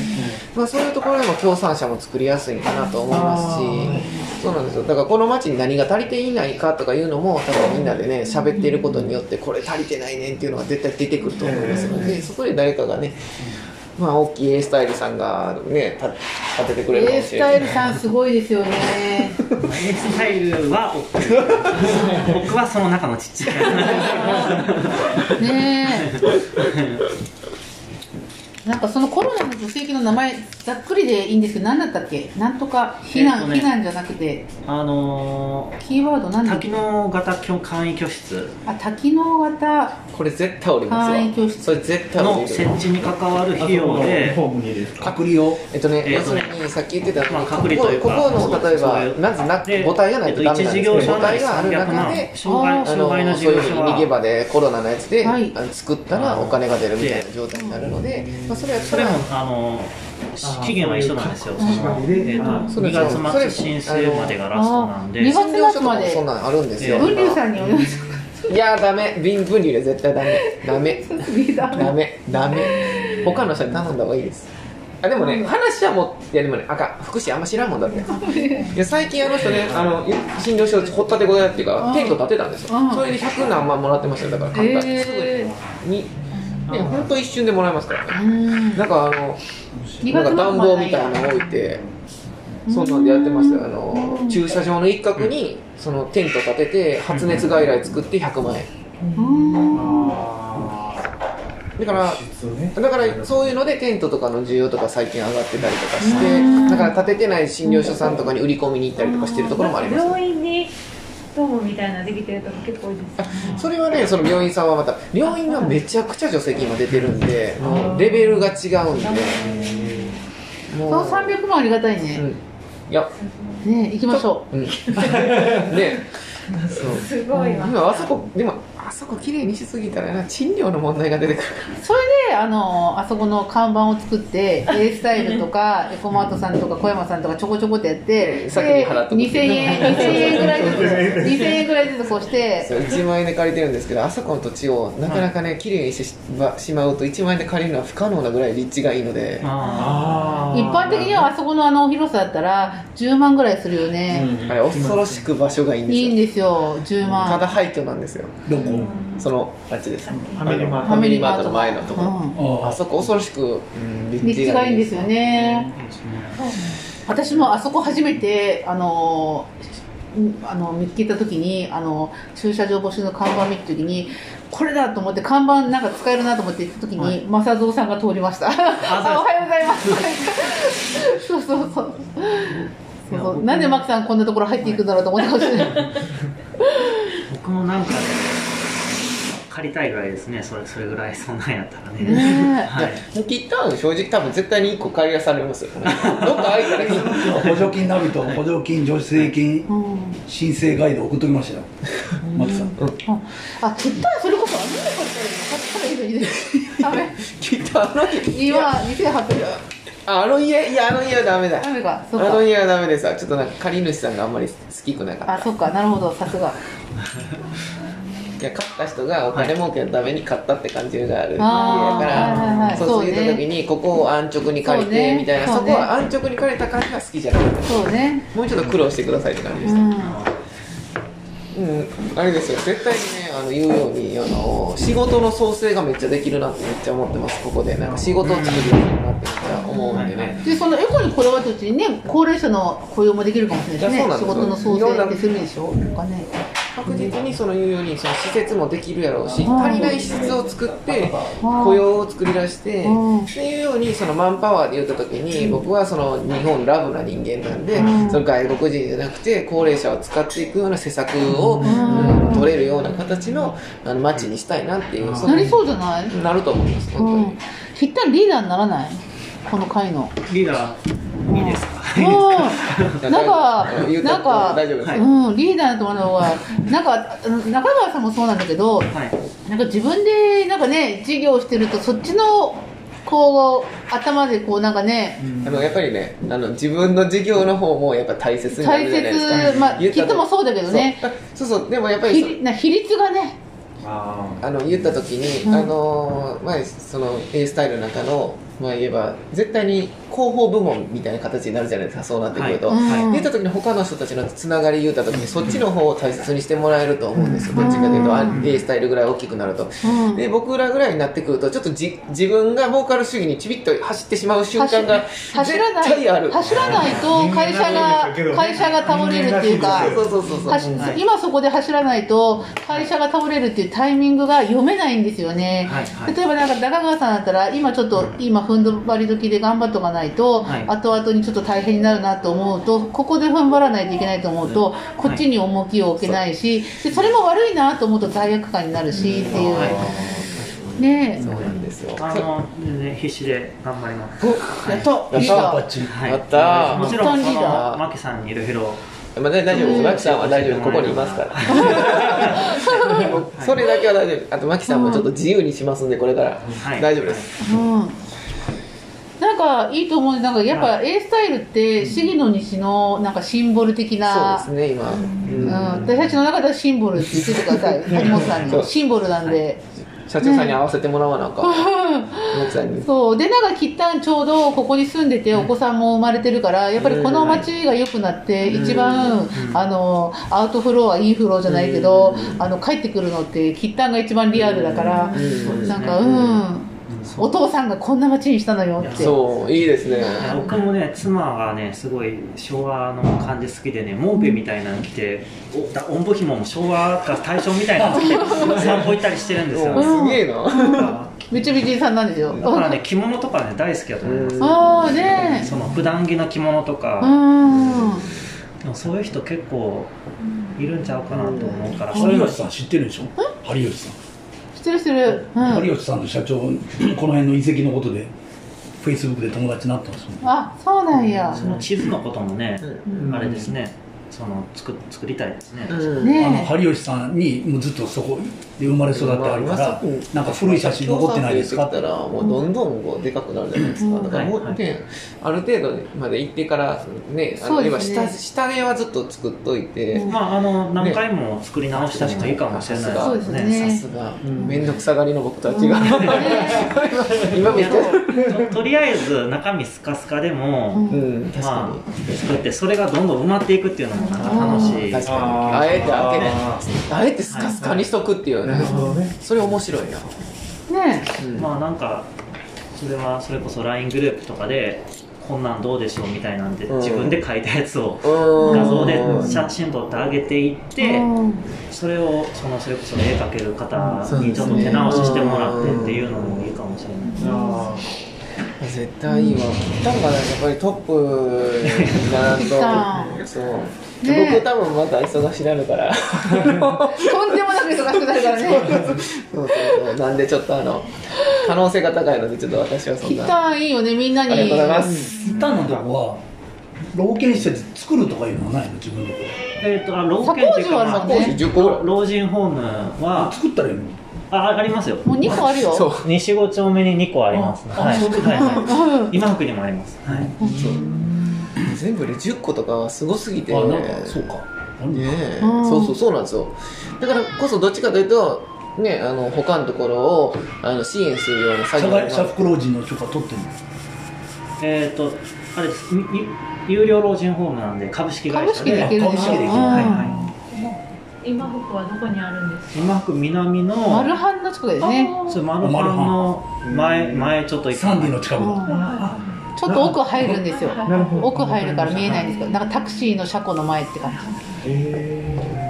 [SPEAKER 2] まあ、そういうところでも協賛者も作りやすいかなと思いますしそうなんですよだからこの町に何が足りていないかとかいうのも多分みんなでね喋っていることによってこれ足りてないねんっていうのが絶対出てくると思いますのでそこで誰かがねまあ、大きい A スタイルさんがね、た立ててくれるか
[SPEAKER 1] A
[SPEAKER 2] もし
[SPEAKER 1] ス
[SPEAKER 2] れ
[SPEAKER 1] タ
[SPEAKER 2] な
[SPEAKER 1] イ
[SPEAKER 2] い。
[SPEAKER 1] ルさんすごいですよ ね。
[SPEAKER 4] A スタイルは僕はその中のちっちゃい
[SPEAKER 1] ねえ。なんかそのコロナの助成金の名前ざっくりでいいんですけど何だったっけなんとか避難、
[SPEAKER 4] えっとね
[SPEAKER 1] 避難じゃなくて
[SPEAKER 4] あの
[SPEAKER 1] キーワード何
[SPEAKER 4] ー、
[SPEAKER 1] だっ
[SPEAKER 4] 滝
[SPEAKER 1] け
[SPEAKER 4] の型教簡易教室
[SPEAKER 1] あ多機能型
[SPEAKER 2] これ絶対俺ますわ
[SPEAKER 1] はい教室
[SPEAKER 2] それ絶対俺
[SPEAKER 4] の
[SPEAKER 2] いる
[SPEAKER 4] 設置に関わる費用で
[SPEAKER 5] ホームにいいですか。
[SPEAKER 3] 隔離を
[SPEAKER 2] えっとね、
[SPEAKER 4] え
[SPEAKER 2] 要
[SPEAKER 4] っ
[SPEAKER 2] す
[SPEAKER 4] と
[SPEAKER 2] る
[SPEAKER 4] ね
[SPEAKER 2] にさっき言ってた、
[SPEAKER 4] まあ
[SPEAKER 2] ここ
[SPEAKER 4] 隔離というか
[SPEAKER 2] ここの例えば
[SPEAKER 4] そうです
[SPEAKER 2] まずな
[SPEAKER 4] で
[SPEAKER 2] 母体がないとダメなんですけど、
[SPEAKER 4] えっと一事業者
[SPEAKER 2] 母体がある中で
[SPEAKER 4] 300万障害障害の事
[SPEAKER 2] そうい
[SPEAKER 4] 業
[SPEAKER 2] う
[SPEAKER 4] 者は
[SPEAKER 2] 逃げ場でコロナのやつで、
[SPEAKER 1] はい
[SPEAKER 2] あの作ったらお金が出るみたいな状態になるので、まあ、それは
[SPEAKER 4] それもあのー期限は一緒なんですよ、えっと
[SPEAKER 2] それ
[SPEAKER 4] 2月末申請までがラストなんで
[SPEAKER 1] あー二月
[SPEAKER 2] 診療所とかもそんなんあるんですよ、
[SPEAKER 1] 文龍さんにお願いし
[SPEAKER 2] いやーダメ瓶分離で絶対ダメダメ
[SPEAKER 1] ますリーダー
[SPEAKER 2] ダメダメ他の人に頼んだ方がいいですあでもね話はもういやでもねあかん福祉あんま知らんもんだっていや最近あの人ねあの診療所ほったて小屋っていうかテント立てたんですよ
[SPEAKER 1] うん
[SPEAKER 2] それで100何万もらってましたよだから簡単にす
[SPEAKER 1] え
[SPEAKER 2] ぐにねほんと一瞬でもらえますから
[SPEAKER 1] ー、
[SPEAKER 2] ね
[SPEAKER 1] うん
[SPEAKER 2] なんかあの
[SPEAKER 1] 二
[SPEAKER 2] な
[SPEAKER 1] 月末
[SPEAKER 2] んか暖
[SPEAKER 1] ま
[SPEAKER 2] 房
[SPEAKER 1] で
[SPEAKER 2] みたい
[SPEAKER 1] や
[SPEAKER 2] なの置いてそんなんでやってましたよあの駐車場の一角にそのテント立てて発熱外来作って100万円
[SPEAKER 1] うん
[SPEAKER 2] だからだからそういうのでテントとかの需要とか最近上がってたりとかし
[SPEAKER 1] う
[SPEAKER 2] て
[SPEAKER 1] ん
[SPEAKER 2] だから建ててない診療所さんとかに売り込みに行ったりとかしてるところもあります
[SPEAKER 10] 病院にドームみたいなのできてるとこ結構多いですよね
[SPEAKER 2] それはねその病院さんはまた病院はめちゃくちゃ助成金今出てるんでもうレベルが違うんで
[SPEAKER 1] そ
[SPEAKER 2] も
[SPEAKER 1] の
[SPEAKER 2] う
[SPEAKER 1] 300万ありがたい
[SPEAKER 2] うん
[SPEAKER 1] ね、
[SPEAKER 2] いや
[SPEAKER 1] ね行きましょ
[SPEAKER 2] うんねそう
[SPEAKER 10] すごいわ
[SPEAKER 2] 今あそこでもあそこ綺麗にしすぎたらな賃料の問題が出てくる
[SPEAKER 1] うそれであのあそこの看板を作って A スタイルとかエコマートさんとか小山さんとかちょこちょこってやって
[SPEAKER 2] え先に払っとく
[SPEAKER 1] で2000円2000円ぐらいずつ2000円ぐらいずつこうして
[SPEAKER 2] そう1万円で借りてるんですけどあそこの土地をなかなかね綺麗にしてしましまうと1万円で借りるのは不可能なぐらい立地がいいので
[SPEAKER 4] あ
[SPEAKER 1] 一般的にはあそこのあの広さだったら10万ぐらいするよね、
[SPEAKER 2] あれ恐ろしく場所がいいんです
[SPEAKER 1] いいん
[SPEAKER 2] よ
[SPEAKER 1] ですよ10
[SPEAKER 2] ただ
[SPEAKER 1] 万
[SPEAKER 2] 廃墟なんですよ
[SPEAKER 3] どこ
[SPEAKER 2] そのあっちですフ
[SPEAKER 5] ァミリーマート
[SPEAKER 2] ァミリーマートの前のとこ
[SPEAKER 1] う
[SPEAKER 2] ろ
[SPEAKER 1] ん
[SPEAKER 3] あ
[SPEAKER 2] あそこ恐ろしくうん
[SPEAKER 1] 立地がいいんですよ
[SPEAKER 2] よ
[SPEAKER 1] ね私もあそこ初めてあのーんあの見つけた時にあの駐車場募集の看板見た時にこれだと思って看板なんか使えるなと思って行った時に、正蔵さんが通りましたあおはようございますそうそうそうそうそうなんでマキさんこんなところ入っていくんだろうと思ってほしい
[SPEAKER 4] 僕もなんかね借りたいぐらいですねそれそれぐらいそんなんやったらねはい
[SPEAKER 2] ギターン正直多分絶対に1個借り出されますよねどっか開いたら
[SPEAKER 3] 補助金ナビと補助金助成金申請ガイド送っときましたよ松さん
[SPEAKER 1] あ、切ったらそれこそあんなの買ったら買ったらいいのにね。ダメ。
[SPEAKER 2] 切ったあの家
[SPEAKER 1] 今二千八百。
[SPEAKER 2] ああの家いやあの家はダメだ
[SPEAKER 1] ダメか。
[SPEAKER 2] あ
[SPEAKER 1] そう
[SPEAKER 2] の
[SPEAKER 1] か。
[SPEAKER 2] 家はダメですわちょっとなんか借り主さんがあんまり好きくなかっ
[SPEAKER 1] あ、そうか。なるほど。さすが。
[SPEAKER 2] たいや買った人がお金儲けのために買ったって感じがある家やか
[SPEAKER 1] あーはいはいは
[SPEAKER 2] ら
[SPEAKER 1] い
[SPEAKER 2] そう
[SPEAKER 1] そう
[SPEAKER 2] そう
[SPEAKER 1] ね
[SPEAKER 2] 言った時にここを安直に借り
[SPEAKER 1] そう
[SPEAKER 2] て
[SPEAKER 1] ね
[SPEAKER 2] みたいなそ
[SPEAKER 1] そうね
[SPEAKER 2] こは安直に借りた感じが好きじゃなかった
[SPEAKER 1] そうね。
[SPEAKER 2] もうちょっと苦労してくださいって感じで
[SPEAKER 1] う
[SPEAKER 2] し
[SPEAKER 1] ん。
[SPEAKER 2] たうんあれですよ絶対にねあの言うようにあの仕事の創生がめっちゃできるなってめっちゃ思ってますここでなんか仕事を作るようになってめっちゃ思うんでね
[SPEAKER 1] で、そのエコにこだわったうちにね、高齢者の雇用もできるかもしれない
[SPEAKER 2] い
[SPEAKER 1] し
[SPEAKER 2] やそう
[SPEAKER 1] ね。仕事
[SPEAKER 2] なんですよ
[SPEAKER 1] の創生ってするでしょ。お金。
[SPEAKER 2] 確実にその言うようにその施設もできるやろうし
[SPEAKER 1] うん
[SPEAKER 2] 足りない施設を作って
[SPEAKER 1] うん
[SPEAKER 2] 雇用を作り出して
[SPEAKER 1] うん
[SPEAKER 2] っていうようにそのマンパワーで言った時に僕はその日本ラブな人間なんで
[SPEAKER 1] うん
[SPEAKER 2] その外国人じゃなくて高齢者を使っていくような施策をうん取れるような形のあの街にしたいなっていう
[SPEAKER 1] なりそうじゃない？
[SPEAKER 2] なると思います
[SPEAKER 1] うん。切ったらリーダーにならない？この会の。
[SPEAKER 4] リーダーいいですか
[SPEAKER 1] うんなんか
[SPEAKER 4] 言、うた
[SPEAKER 1] なんか、
[SPEAKER 4] 大丈夫です
[SPEAKER 1] うん、リーダーと思うのは、なんか、うん中川さんもそうなんだけど、なんか自分で、なんかね、事業してると、そっちの、こう、頭で、こう、なんかね、
[SPEAKER 2] あのやっぱりねあの自分の事業の方もやっぱ大切になる
[SPEAKER 1] 大
[SPEAKER 2] じゃないですか
[SPEAKER 1] 切、まあ、
[SPEAKER 2] 言
[SPEAKER 1] き
[SPEAKER 2] った
[SPEAKER 1] っともそうだけどね、
[SPEAKER 2] そうそうでもやっぱり
[SPEAKER 1] ひ
[SPEAKER 2] そ
[SPEAKER 1] りな比率がね、
[SPEAKER 2] あの言った時に、あのまあその A スタイルの中のまあ言えば絶対に広報部門みたいな形になるじゃないですかそうなってくると、
[SPEAKER 1] はいはい
[SPEAKER 2] 言った時に他の人たちのつながり言った時にそっちの方を大切にしてもらえると思うんですよ、どっちかというと、あ A スタイルぐらい大きくなると、
[SPEAKER 1] うん
[SPEAKER 2] で僕らぐらいになってくるとちょっとじ自分がボーカル主義にちびっと走ってしまう瞬間が
[SPEAKER 1] 走らない
[SPEAKER 2] 絶対ある
[SPEAKER 1] 走らないと会社が会社が倒れるっていうか
[SPEAKER 2] そうそうそうそう
[SPEAKER 1] 走
[SPEAKER 2] はい
[SPEAKER 1] 今そこで走らないと会社が倒れるっていうタイミングが読めないんですよね、
[SPEAKER 4] はいはい
[SPEAKER 1] 例えばなんか中川さんだったら今ちょっと今踏ん張り時で頑張っとかないと、
[SPEAKER 4] はい
[SPEAKER 1] 後々にちょっと大変になるなと思うとここで踏ん張らないといけないと思うと、こっちに重きを置けないし、でそれも悪いなと思うと罪悪感になるしっていう、ねえ
[SPEAKER 2] なんですよ
[SPEAKER 4] あの全然必死で頑張ります
[SPEAKER 1] やった
[SPEAKER 4] はい
[SPEAKER 2] やった
[SPEAKER 4] はい
[SPEAKER 2] やった
[SPEAKER 4] もちろん
[SPEAKER 2] やった
[SPEAKER 4] そ
[SPEAKER 2] リーダ
[SPEAKER 4] のマキさんにいろいろ
[SPEAKER 2] まあ、大丈夫です、マキさんは大丈夫です、ここにいますから。それだけは大丈夫、あとマキさんもちょっと自由にしますんで、これから、大丈夫です。
[SPEAKER 1] うんなんかいいと思うなんかやっぱ A スタイルって市議の西のなんかシンボル的な
[SPEAKER 2] そうですね、今。
[SPEAKER 1] うん、私たちの中ではシンボルって言っててくだ さい谷本さん
[SPEAKER 2] そう
[SPEAKER 1] にシンボルなんで、
[SPEAKER 2] 社長さんに合わせてもらわなあかん。
[SPEAKER 1] うん
[SPEAKER 2] マキさんに。
[SPEAKER 1] そうでなんかきったんちょうどここに住んでてお子さんも生まれてるからやっぱりこの街が良くなって
[SPEAKER 2] うん
[SPEAKER 1] 一番あのアウトフロアインフロアじゃないけどあの帰ってくるのってきったんが一番リアルだからなんかうんお父さんがこんな街にしたのよって
[SPEAKER 2] そう、いいですね。
[SPEAKER 4] 僕もね妻がねすごい昭和の感じ好きでねモーペみたいなの着ておだおんぶひもも昭和が大正みたいなの着て散歩行ったりしてるんですよ、
[SPEAKER 1] うんす
[SPEAKER 2] げえ
[SPEAKER 4] な
[SPEAKER 1] めっちゃ美人さんなんですよ
[SPEAKER 4] だからね着物とかね大好きだと思います
[SPEAKER 1] ああね
[SPEAKER 4] その普段着の着物とか、
[SPEAKER 1] うん
[SPEAKER 4] でもそういう人結構いるんちゃうかなと思うから、
[SPEAKER 3] 有吉さん知ってるでしょ有吉さん
[SPEAKER 1] してるしてるうん
[SPEAKER 3] 有吉さんの社長この辺の遺跡のことでフェイスブックで友達になってますもん
[SPEAKER 1] あそうなんや
[SPEAKER 4] その地図のこともね、あれですねその作作りたいですね、
[SPEAKER 1] ねえ
[SPEAKER 3] あの針吉さんにもうずっとそこで生まれ育ってあるから、なんか古い写真残ってないですか
[SPEAKER 2] たらもうどんどんこうでかくなるじゃないですか、だからもうね、ある程度まで行ってからねあ
[SPEAKER 4] そ
[SPEAKER 2] の
[SPEAKER 4] うで
[SPEAKER 2] 今
[SPEAKER 4] すね
[SPEAKER 2] 下下絵はずっと作っといて、
[SPEAKER 4] まああの何回も作り直したもいいかもしれない
[SPEAKER 2] そうですねさすが面倒くさがりの僕たちが、今
[SPEAKER 4] いやととりあえず中身スカスカでも、まあ、作ってそれがどんどん埋まっていくっていうのもなんか楽しい
[SPEAKER 2] 確かにあえて開けてあえてスカスカにしとくっていうね,、それ面白いな
[SPEAKER 1] ね
[SPEAKER 4] まあなんかそれはそれこそ LINE グループとかでこんなんどうでしょうみたいなんで
[SPEAKER 2] うん
[SPEAKER 4] 自分で書いたやつを
[SPEAKER 2] うん
[SPEAKER 4] 画像で写真撮ってあげていって
[SPEAKER 1] うん
[SPEAKER 4] それをそのそれこそ絵描ける方
[SPEAKER 2] そう
[SPEAKER 4] に
[SPEAKER 2] で
[SPEAKER 4] ちょ
[SPEAKER 2] す
[SPEAKER 4] っ
[SPEAKER 2] ね
[SPEAKER 4] と手直ししてもらってっていうのもいいかもしれない
[SPEAKER 2] 絶対いいわ、ん、がやっぱりトップにならんとよそう
[SPEAKER 1] ねえ
[SPEAKER 2] 僕多分また忙しにな るから
[SPEAKER 1] とんでもなく忙しくなるからね
[SPEAKER 2] そうそうそうなんでちょっとあの可能性が高いのでちょっと私はそん
[SPEAKER 1] 一
[SPEAKER 2] な
[SPEAKER 1] 旦いいよねみんなに
[SPEAKER 2] ありがとうございます
[SPEAKER 3] 一旦のとこは老犬施設作るとかいうのはないの自分のとこ
[SPEAKER 4] えっとあ老犬っていうか、まあ、老人ホームは
[SPEAKER 3] 作ったらいいの
[SPEAKER 4] あありますよ
[SPEAKER 1] もう二個あるよそう
[SPEAKER 4] 西五丁目に2個ありますね
[SPEAKER 2] あ
[SPEAKER 4] はい
[SPEAKER 2] そうです
[SPEAKER 4] はいはい今福にもありますはい
[SPEAKER 2] 全部で10個とかはすごすぎて
[SPEAKER 4] あなん
[SPEAKER 2] かそうかねえ
[SPEAKER 4] うん
[SPEAKER 2] そうそうそうなんですよだからこそどっちかというとねあの他のところをあの支援するような作業が
[SPEAKER 3] 社社福老人の許可取ってるの
[SPEAKER 4] えっとあれですみみ有料老人ホームなんで株式会社
[SPEAKER 1] 株式で
[SPEAKER 4] で
[SPEAKER 1] きるんだ
[SPEAKER 4] 株式できる
[SPEAKER 1] うん
[SPEAKER 4] はいは
[SPEAKER 10] 今服はどこにあるんです
[SPEAKER 4] い今福南の
[SPEAKER 1] マルハンの近くですね
[SPEAKER 4] そうマルハンの前前ちょっと行くサンディの近く
[SPEAKER 1] ちょっと奥入るんですよ奥入るから見えないんですけどなんかタクシーの車庫の前って感じ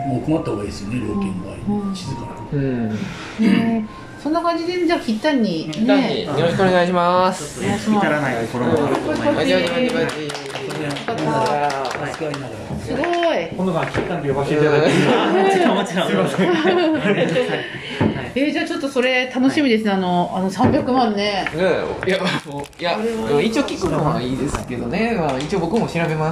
[SPEAKER 3] もう困った方がいいですよね老犬の場合静か
[SPEAKER 2] なうん
[SPEAKER 1] ねえそんな感じでじゃあきったんにね
[SPEAKER 2] ダニーよろしくお願いします
[SPEAKER 1] お願いします
[SPEAKER 4] 至らない 心があると思います
[SPEAKER 2] バチバチバチバチ
[SPEAKER 1] すごい
[SPEAKER 7] 今度は期間で呼ばせていただいて
[SPEAKER 4] あもちろんもちろん
[SPEAKER 7] すいません
[SPEAKER 1] えー、じゃあちょっとそれ楽しみですね、あのあの300万ね
[SPEAKER 2] ねえいやもういや一応聞くのはいいですけどね、まあ、一応僕も調べます